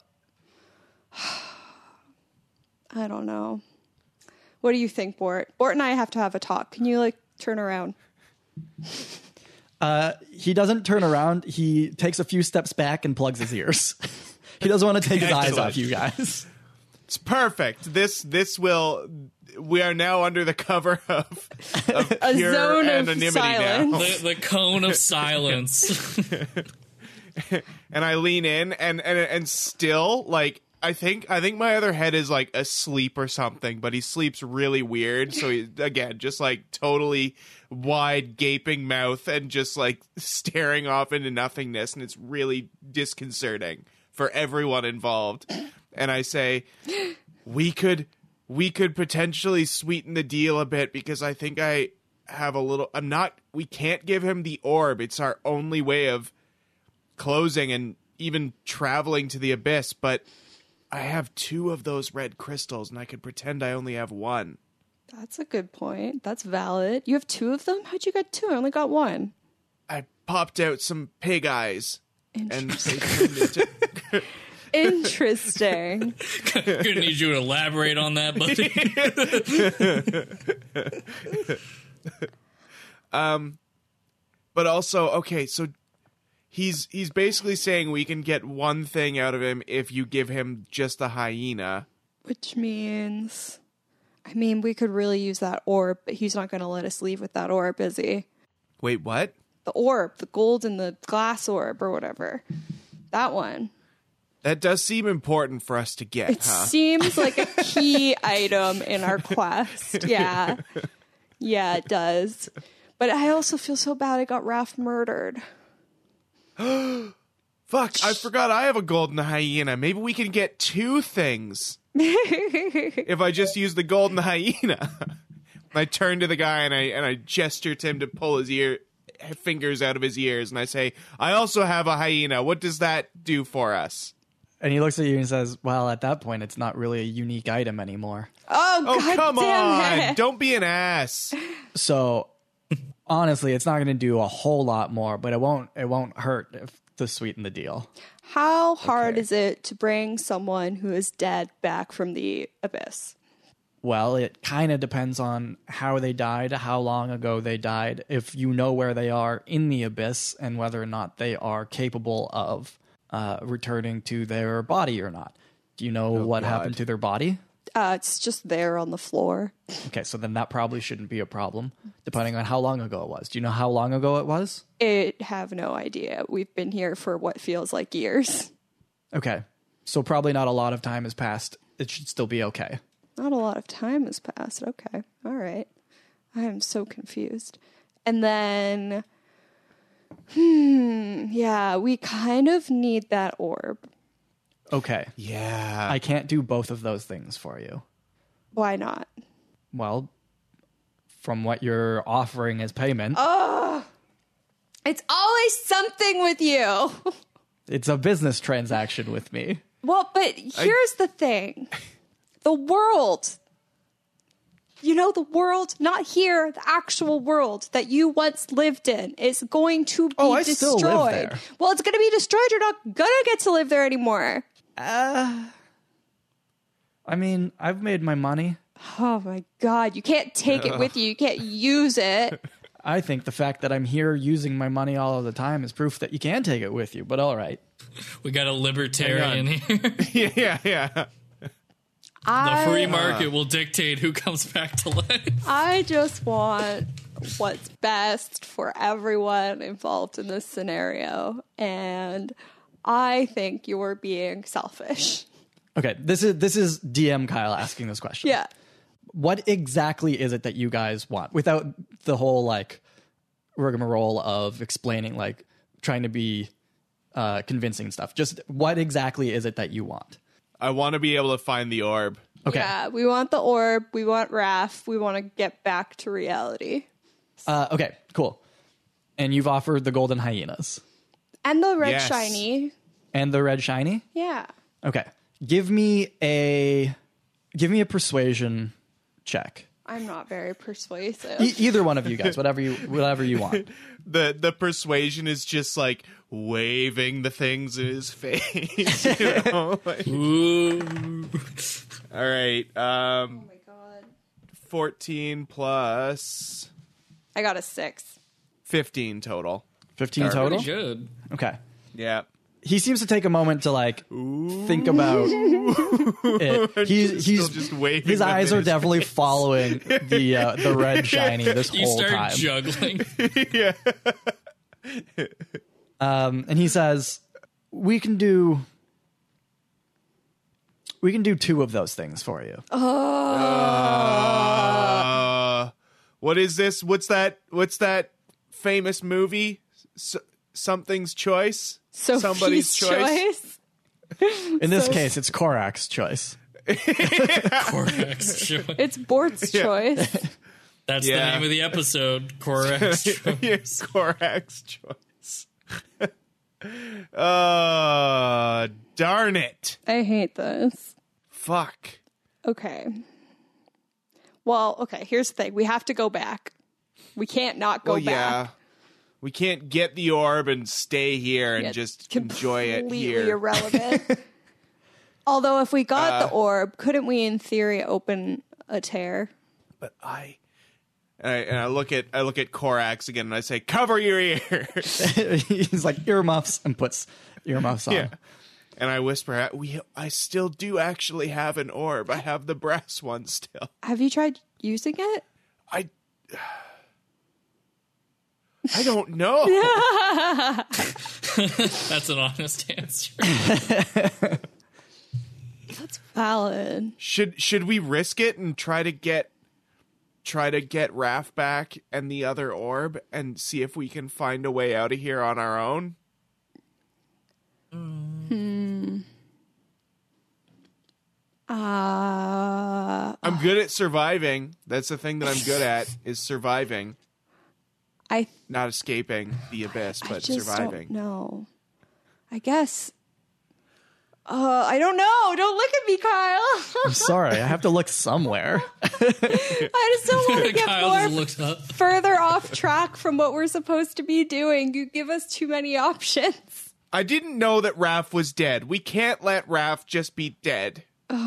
C: [sighs] I don't know. What do you think, Bort? Bort and I have to have a talk. Can you like turn around?
A: He doesn't turn around. He takes a few steps back and plugs his ears. [laughs] he doesn't want to take his eyes off you guys.
D: It's perfect. This this will. We are now under the cover [laughs] of, of
C: A
D: pure
C: zone of
D: anonymity [laughs] now,
C: silence.
B: the, the cone
A: [laughs]
B: of silence.
D: and I lean in, and and and still like. I think I think my other head is like asleep or something, but he sleeps really weird. So he, again, just like totally wide gaping mouth and just like staring off into nothingness, and it's really disconcerting for everyone involved. And I say, we could we could potentially sweeten the deal a bit because I think I have a little. I'm not. We can't give him the orb. It's our only way of closing and even traveling to the abyss. But I have two of those red crystals, and I could pretend I only have one.
C: That's a good point. That's valid. You have two of them? How'd you get two? I only got [laughs] one.
D: I popped out some pig eyes, and they turned into. [laughs]
C: [laughs] Interesting.
B: Gonna need you to elaborate on that,
A: [laughs]
B: buddy.
D: but also okay so he's he's basically saying we can get one thing out of him if you give him just a hyena
C: Which means, I mean, we could really use that orb, but he's not going to let us leave with that orb, is he?
D: wait what
C: The orb, the gold and the glass orb or whatever. That one.
D: that does seem important for us to get
C: It
D: huh
C: seems
D: [laughs]
C: like a key item in our quest. Yeah. Yeah, it does. But I also feel so bad I got Raph murdered.
D: fuck i forgot i have a golden hyena maybe we can get
C: [laughs]
D: two things if i just use the golden hyena [laughs] i turn to the guy and i and i gesture to him to pull his ear fingers out of his ears and i say i also have a hyena what does that do for us
A: And he looks at you and says, Well, at that point, it's not really a unique item anymore.
C: Oh,
D: oh
C: God
D: come
C: damn
D: on
C: it. [laughs]
D: don't be an ass
A: So honestly, it's not going to do a whole lot more, but it won't it won't hurt if to sweeten the deal.
C: How hard is it to bring someone who is dead back from the abyss?
A: Well, it kind of depends on how they died, how long ago they died, if you know where they are in the abyss, and whether or not they are capable of uh, returning to their body or not. Do you know what happened to their body?
C: Uh, it's just there on the floor.
A: Okay, so then that probably shouldn't be a problem, depending on how long ago it was. Do you know how long ago it was?
C: It have no idea. We've been here for what feels like years. [laughs]
A: Okay, so probably not a lot of time has passed. It should still be okay.
C: Not a lot of time has passed. Okay. All right. I am so confused. And then hmm, yeah, we kind of need that orb.
A: Okay,
D: yeah [laughs]
A: I can't do both of those things for you.
C: Why not?
A: Well, from what you're offering as payment,
C: It's always something with you. [laughs]
A: it's a business transaction with me.
C: Well, but here's the thing the world. You know, the world, not here, the actual world that you once lived in is going to be
A: Oh, I still
C: destroyed.
A: live there.
C: Well, it's going to be destroyed. You're not going to get to live there anymore.
A: I mean, I've made my money.
C: Oh my God. You can't take it with you.
A: [laughs]
C: You can't use it.
A: I think the fact that I'm here using my money all of the time is proof that you can take it with you, but all right.
B: We got a libertarian
A: Hang
B: here. [laughs]
D: yeah yeah yeah
B: The
C: I, uh,
B: free market will dictate who comes back to life.
C: I just want what's best for everyone involved in this scenario. And I think you're being selfish. [laughs]
A: Okay, this is this is DM Kyle asking this question.
C: Yeah.
A: What exactly is it that you guys want without the whole like rigmarole of explaining like trying to be uh convincing and stuff. Just what exactly is it that you want?
D: I want to be able to find the orb.
A: Okay.
C: Yeah, we want the orb. We want Raph. We want to get back to reality.
A: Uh, okay, cool. And you've offered the golden hyenas
C: And the red
D: Yes.
C: shiny.
A: and the red shiny.
C: Yeah.
A: Okay, give me a give me a persuasion check.
C: I'm not very persuasive.
A: E- either one of you guys, whatever you whatever you want.
D: The the persuasion is just like waving the things in his [laughs] face. you
C: [laughs]
D: know? Like,
B: Ooh.
D: all right. Um
C: oh my god.
D: fourteen plus
C: I got a six.
D: fifteen total.
A: Fifteen
B: Pretty
A: total.
B: good.
A: Okay.
D: Yeah.
A: He seems to take a moment to like think about it. He's he's
D: Still just waving.
A: his
D: them
A: eyes
D: in
A: are definitely following the uh, the red shiny this
B: You
A: whole
B: start
A: time. [laughs]
B: juggling.
A: Um, and he says, "We can do, we can do two of those things for you.
D: Uh, what is this? What's that? What's that famous movie? S- something's choice.
C: So [laughs]
D: Somebody's [laughs]
A: In this case, it's Korak's choice.
B: Corvex.
D: [laughs]
C: It's Bort's choice.
B: That's the
D: Yeah.
B: name of the
A: [laughs]
B: episode, correct?
D: Yes, Korak's choice. [laughs] uh, darn it.
C: I hate this.
D: Fuck.
C: Okay. Well, okay, here's the thing. We have to go back. We can't not go
D: well,
C: back.
D: Oh, yeah. We can't get the orb and stay here and
C: Yeah,
D: just enjoy it
C: completely
D: here. [laughs]
C: irrelevant. Although, if we got
D: Uh,
C: the orb, couldn't we, in theory, open a tear?
D: but I. And I, and I look at I look at Korax again and I say, "Cover your [laughs] ears."
A: [laughs] He's like earmuffs and puts earmuffs on.
D: Yeah. and I whisper, "We, I still do actually have an orb. I have the brass one still.
C: Have you tried using it?
D: I, [sighs] I don't know.
B: That's an honest answer.
C: Valid.
D: Should should we risk it and try to get try to get Raph back and the other orb and see if we can find a way out of here on our own?
C: Uh,
D: I'm good at surviving. That's the thing that I'm good at is surviving,
C: I
D: not escaping the abyss,
C: [sighs] I
D: but
C: just
D: surviving.
C: don't know. I guess. Uh, I don't know. Don't look at me, Kyle. [laughs]
A: I'm sorry, I have to look somewhere.
C: I just
B: [laughs]
C: don't want to get
B: Kyle just
C: more
B: looked up.
C: further off track from what we're supposed to be doing. You give us too many [laughs] options.
D: I didn't know that Raph was dead. We can't let Raph just be dead. [laughs]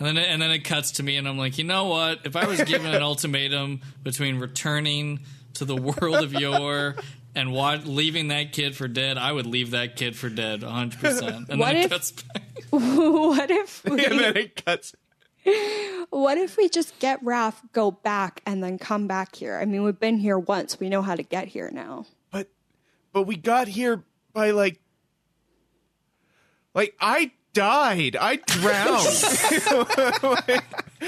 B: And then, it, and then it cuts to me, and I'm like, you know what? If I was
A: [laughs]
B: given an ultimatum between returning to the world of yore and wa- leaving that kid for dead, I would leave that kid for dead 100%. And
C: What
B: then it
C: if-
B: cuts back. [laughs]
C: what
D: [laughs]
C: if we
D: And then it cuts.
C: What if we just get Raph, go back, and then come back here? I mean, we've been here once. We know how to get here now.
D: But but we got here by like like I died.
C: [laughs]
D: I drowned. [laughs]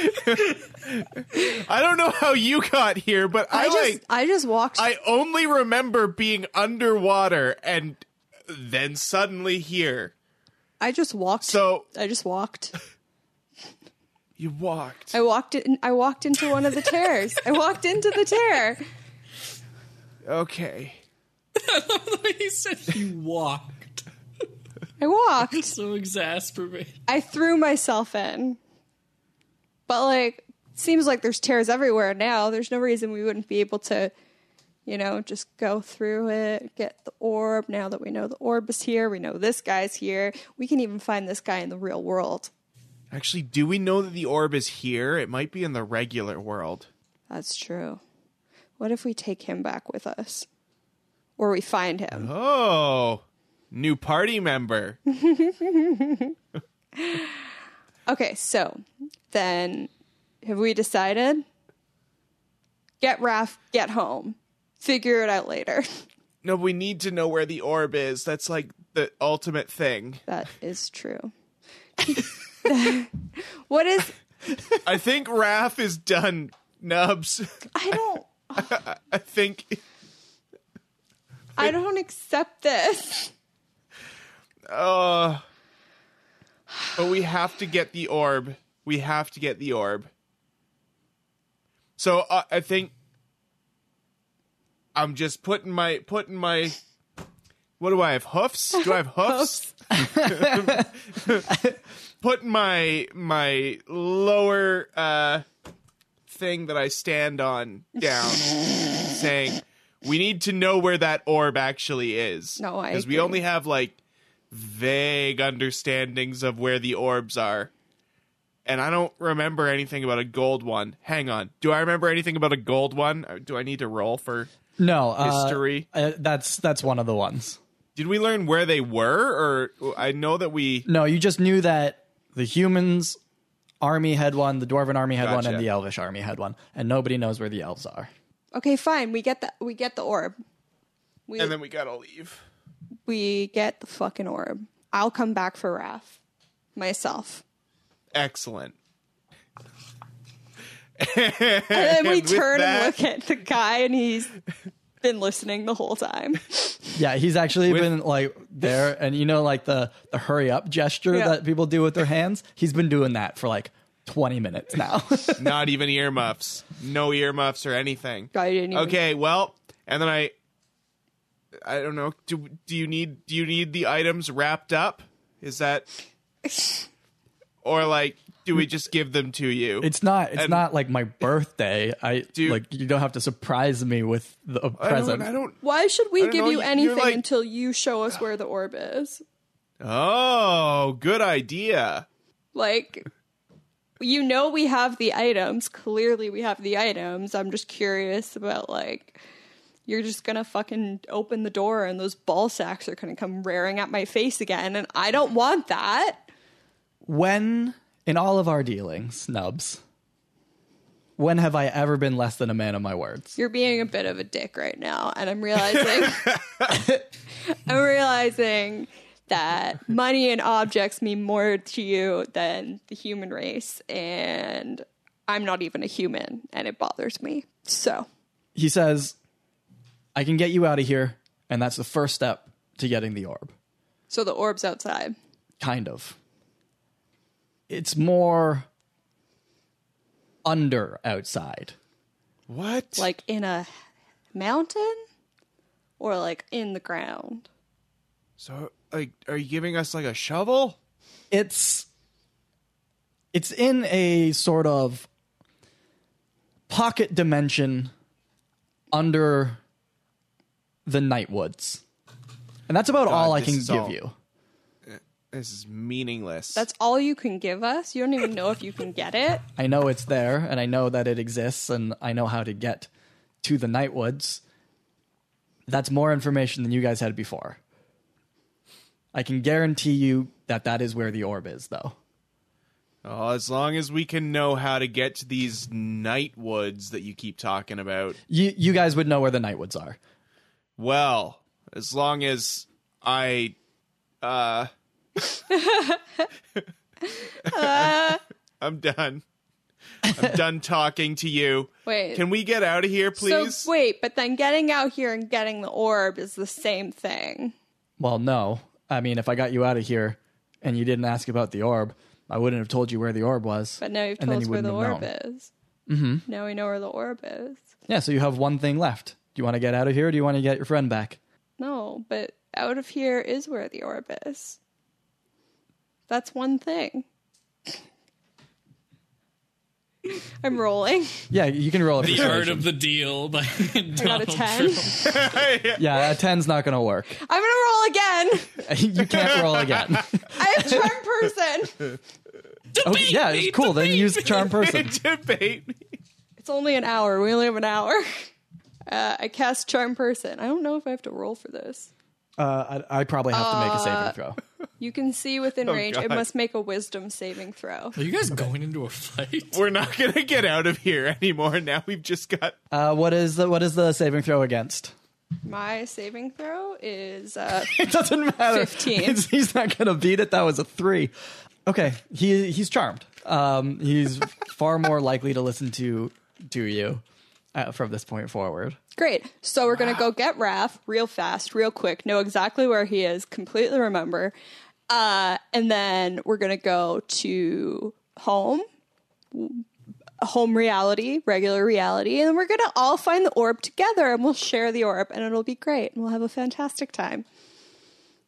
D: I don't know how you got here, but I,
C: I, just,
D: like
C: I just walked.
D: I only remember being underwater and then suddenly here.
C: I just walked.
D: So
C: I just walked.
D: you walked.
C: I walked in. I walked into one of the tears. I walked into the tear.
D: Okay.
B: he said he walked.
C: I walked.
B: So exasperated.
C: I threw myself in. But like, seems like there's tears everywhere now. There's no reason we wouldn't be able to, you know, just go through it, get the orb. Now that we know the orb is here, we know this guy's here. We can even find this guy in the real world.
D: Actually, do we know that the orb is here? It might be in the regular world.
C: That's true. What if we take him back with us? Or we find him.
D: Oh, new party member. [laughs]
C: Okay, so then have we decided? Get Raph, get home. Figure it out later. [laughs]
D: no, we need to know where the orb is. That's like the ultimate thing.
C: That is true. [laughs] what is
D: I think Raph is done, Nubs. [laughs]
C: I don't
D: I think
C: I don't accept this.
D: uh but we have to get the orb. We have to get the orb. So uh, I think I'm just putting my putting my what do I have? Hoofs? Do
C: [laughs]
D: I have hoofs? [laughs] Put my my lower uh thing that I stand on
C: [laughs]
D: down saying we need to know where that orb actually is.
C: No, I
D: because we
C: agree.
D: only have like vague understandings of where the orbs are. And I don't remember anything about a gold one. Hang on. Do I remember anything about a gold one? Or Do I need to roll for
A: No, uh,
D: History.
A: uh, that's that's one of the ones.
D: Did we learn where they were, or oh, I know that we?
A: No, you just knew that the humans army had one, the dwarven army had one,
D: Gotcha.
A: and the elvish army had one, and nobody knows where the elves are.
C: Okay, fine. We get the we get the orb. We
D: And then we gotta leave.
C: we get the fucking orb. I'll come back for Raph
D: [laughs]
C: myself.
D: Excellent.
C: And then we
D: And with
C: turn
D: that-
C: and look at the guy and he's been listening the whole
D: [laughs]
C: time.
A: Yeah, he's actually
D: With-
A: been like there, and you know, like the the hurry up gesture
C: Yeah.
A: that people do with their hands. He's been doing that for like 20 minutes
D: [laughs]
A: now.
D: Not even earmuffs. No earmuffs or anything.
C: I didn't even-
D: Okay, well, and then I I don't know. Do do you need do you need the items wrapped up?
C: [laughs]
D: Is that or like do we just give them to you?
A: it's not it's
D: And-
A: not like my birthday. I
D: Dude.
A: like you don't have to surprise me with the, a
D: I
A: present.
D: don't, I don't
C: Why should we
D: don't
C: give
D: know,
C: you
D: you're
C: anything
D: like-
C: until you show us where the orb is?
D: Oh, good idea.
C: Like, you know, we have the items. Clearly, we have the items. I'm just curious about, like, you're just gonna fucking open the door and those ball sacks are gonna come rearing at my face again, and I don't want that.
A: when in all of our dealings, snubs, when have I ever been less than a man of my words?
C: You're being a bit of a dick right now, and I'm realizing. [laughs] I'm realizing that money and objects mean more to you than the human race, and I'm not even a human, and it bothers me. So,
A: He says, "I can get you out of here, and that's the first step to getting the orb."
C: so the orb's outside.
A: kind of. It's more under outside.
D: What?
C: like in a mountain or like in the ground
D: so like are you giving us like a shovel?
A: It's it's in a sort of pocket dimension under the Nightwoods. And that's about all I
D: this
A: can
D: is
A: give
D: all-
A: you.
D: This is meaningless.
C: that's all you can give us you don't even know if you can get it
A: I know it's there and I know that it exists and I know how to get to the Nightwoods. That's more information than you guys had before. I can guarantee you that that is where the orb is, though.
D: Oh, as long as we can know how to get to these night woods that you keep talking about.
A: You, you guys would know where the Nightwoods are.
D: Well, as long as I uh I'm done. I'm done talking to you.
C: Wait.
D: Can we get out of here, please?
C: so wait but then getting out here and getting the orb is the same thing
A: Well, no. I mean, if I got you out of here and you didn't ask about the orb, I wouldn't have told you where the orb was.
C: but now you've
A: and
C: told
A: then
C: us
A: you
C: where the
A: wouldn't
C: orb
A: have
C: is mm-hmm. now we know where the orb is
A: Yeah, so you have one thing left. Do you want to get out of here or do you want to get your friend back?
C: no but out of here is where the orb is that's one thing [laughs] i'm rolling
A: Yeah, you can roll a
B: The art
A: persuasion.
B: of the deal by [laughs] Donald
C: i got a 10
B: Trump.
A: yeah, a 10's not going to work. [laughs]
C: i'm gonna roll again
A: you can't roll again.
C: I have charm
A: [laughs]
C: person.
A: Okay, yeah, it's cool. Then use charm person.
D: [laughs] Debate me.
C: It's only an hour. We only have an hour. Uh, I cast charm person. I don't know if I have to roll for this.
A: [laughs] Uh, I, I probably have to make a saving throw.
C: You can see within
A: Oh,
C: range. It
D: God.
C: must make a wisdom saving throw.
B: Are you guys going into a fight?
D: We're not gonna get out of here anymore. Now we've just got
A: Uh, what is the what is the saving throw against? [laughs]
C: My saving throw is uh,
A: It doesn't matter.
C: 15.
A: It's- he's not going to beat it. That was a three. Okay, he he's charmed. Um, he's [laughs] far more likely to listen to to you uh, from this point forward.
C: great. So we're gonna go get Raph real fast, real quick. Know exactly where he is. Completely remember. Uh, and then we're gonna go to home. home reality, regular reality, and we're gonna all find the orb together and we'll share the orb and it'll be great and we'll have a fantastic time.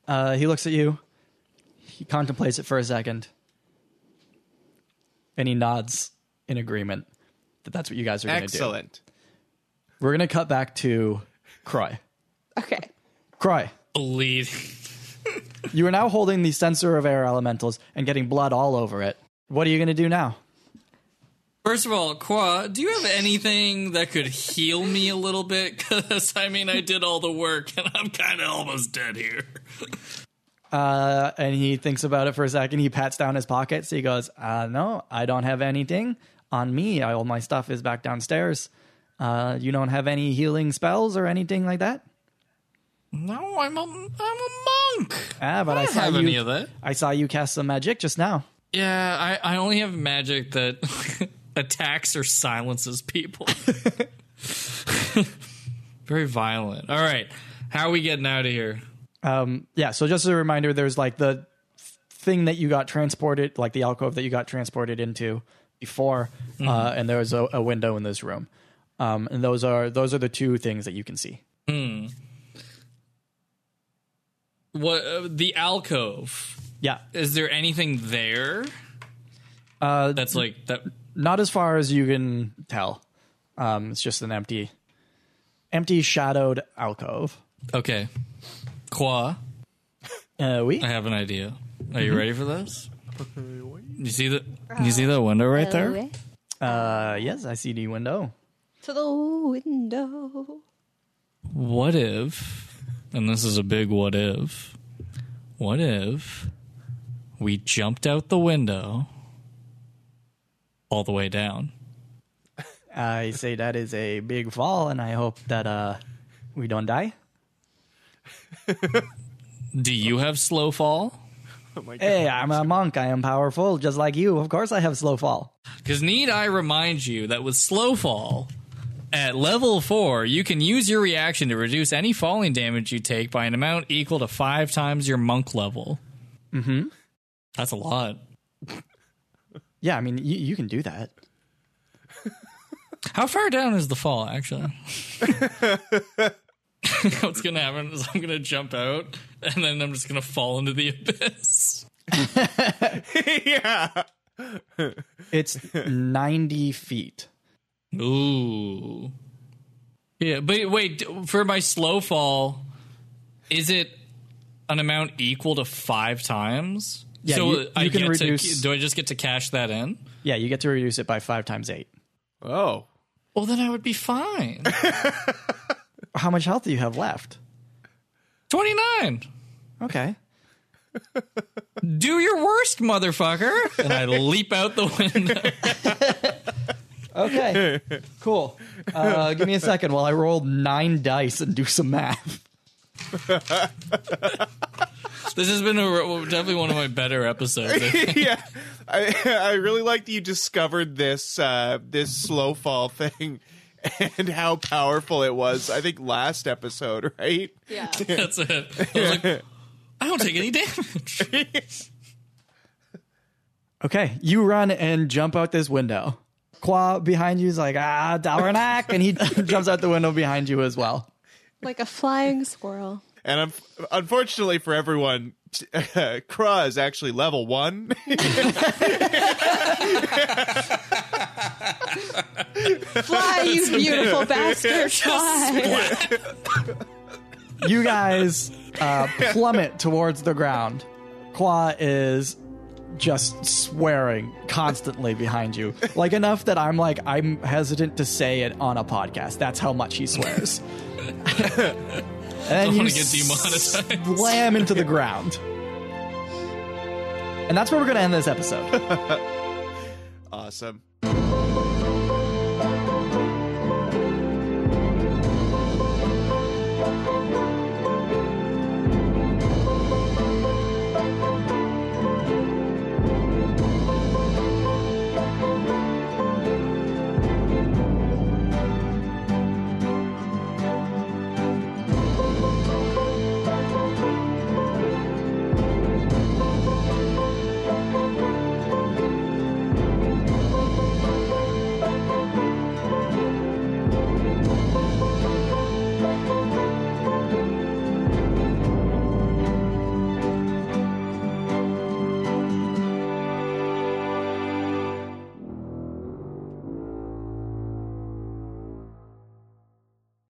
A: Uh, he looks at you. He contemplates it for a second, and he nods in agreement that that's what you guys are going to do.
D: excellent. [laughs]
A: We're going to cut back to Croy.
C: Okay.
A: Croy.
B: Bleed.
A: You are now holding the sensor of air elementals and getting blood all over it. What are you going to do now?
B: First of all, Qua, do you have anything that could heal me a little bit? [laughs] Because, I mean, I did all the work and I'm kind of almost dead here.
A: Uh, and he thinks about it for a second. He pats down his pockets. He goes, uh, No, I don't have anything on me. I, all my stuff is back downstairs. Uh, you don't have any healing spells or anything like that?
B: No, I'm a, I'm a monk.
A: Ah, but I,
B: I don't
A: saw
B: have
A: you,
B: any of that.
A: I saw you cast some magic just now.
B: Yeah, I, I only have magic that [laughs] attacks or silences [laughs] people. Very violent. All right. How are we getting out of here?
A: Um, yeah, so just as a reminder, there's like the thing that you got transported, like the alcove that you got transported into before, uh, and there was a, a window in this room. Um, and those are those are the two things that you can see.
B: What uh, the alcove?
A: Yeah,
B: Is there anything there?
A: uh,
B: That's like that.
A: not as far as you can tell. Um, it's just an empty, empty shadowed alcove.
B: Okay, Qua.
A: Uh, we
B: I have an idea. Are you ready for this? You see the you see that window right there?
A: uh, yes, I see the window.
C: To the window.
B: What if and this is a big what if. What if we jumped out the window all the way down?
A: I say that is a big fall, and I hope that uh, we don't die.
B: Do you have slow fall?
A: Hey, I'm a monk. I am powerful, just like you. Of course, I have slow fall.
B: Because need I remind you that with slow fall at level four, you can use your reaction to reduce any falling damage you take by an amount equal to five times your monk level. Mm-hmm. That's a lot.
A: Yeah, I mean, you, you can do that.
B: How far down is the fall, actually? [laughs] What's going to happen is I'm going to jump out and then I'm just going to fall into the abyss.
D: yeah.
A: It's 90 feet.
B: Ooh. Yeah, but wait, for my slow fall, is it an amount equal to five times?
A: Yeah,
B: so
A: you- you
B: I
A: can
B: get
A: reduce-
B: to, do I just get to cash that in?
A: Yeah, you get to reduce it by five times eight.
D: Oh.
B: Well, then I would be fine. [laughs]
A: How much health do you have left?
B: 29.
A: Okay.
B: Do your worst, motherfucker. And I leap out the window.
A: Okay. Cool. Uh, give me a second while I roll nine dice and do some math.
B: [laughs] This has been a, definitely one of my better episodes. [laughs] I think.
D: yeah, [laughs] I I really like that you discovered this uh, this slow fall thing [laughs] and how powerful it was. I think last episode, right?
C: Yeah.
B: That's it. I was like, I don't take any damage.
A: Okay. You run and jump out this window. Qua behind you is like, ah, Dalranak. And he [laughs] jumps out the window behind you as well.
C: like a flying squirrel.
D: And um, unfortunately for everyone, [laughs] uh, Kra is actually level one. [laughs]
C: Fly, you beautiful bastard. Fly.
A: you guys uh, plummet towards the ground. Qua is just swearing constantly behind you, like enough that I'm like I'm hesitant to say it on a podcast. That's how much he swears. and
B: Don't
A: you
B: wanna get demonetized.
A: slam into the ground. And that's where we're going to end this episode.
D: awesome.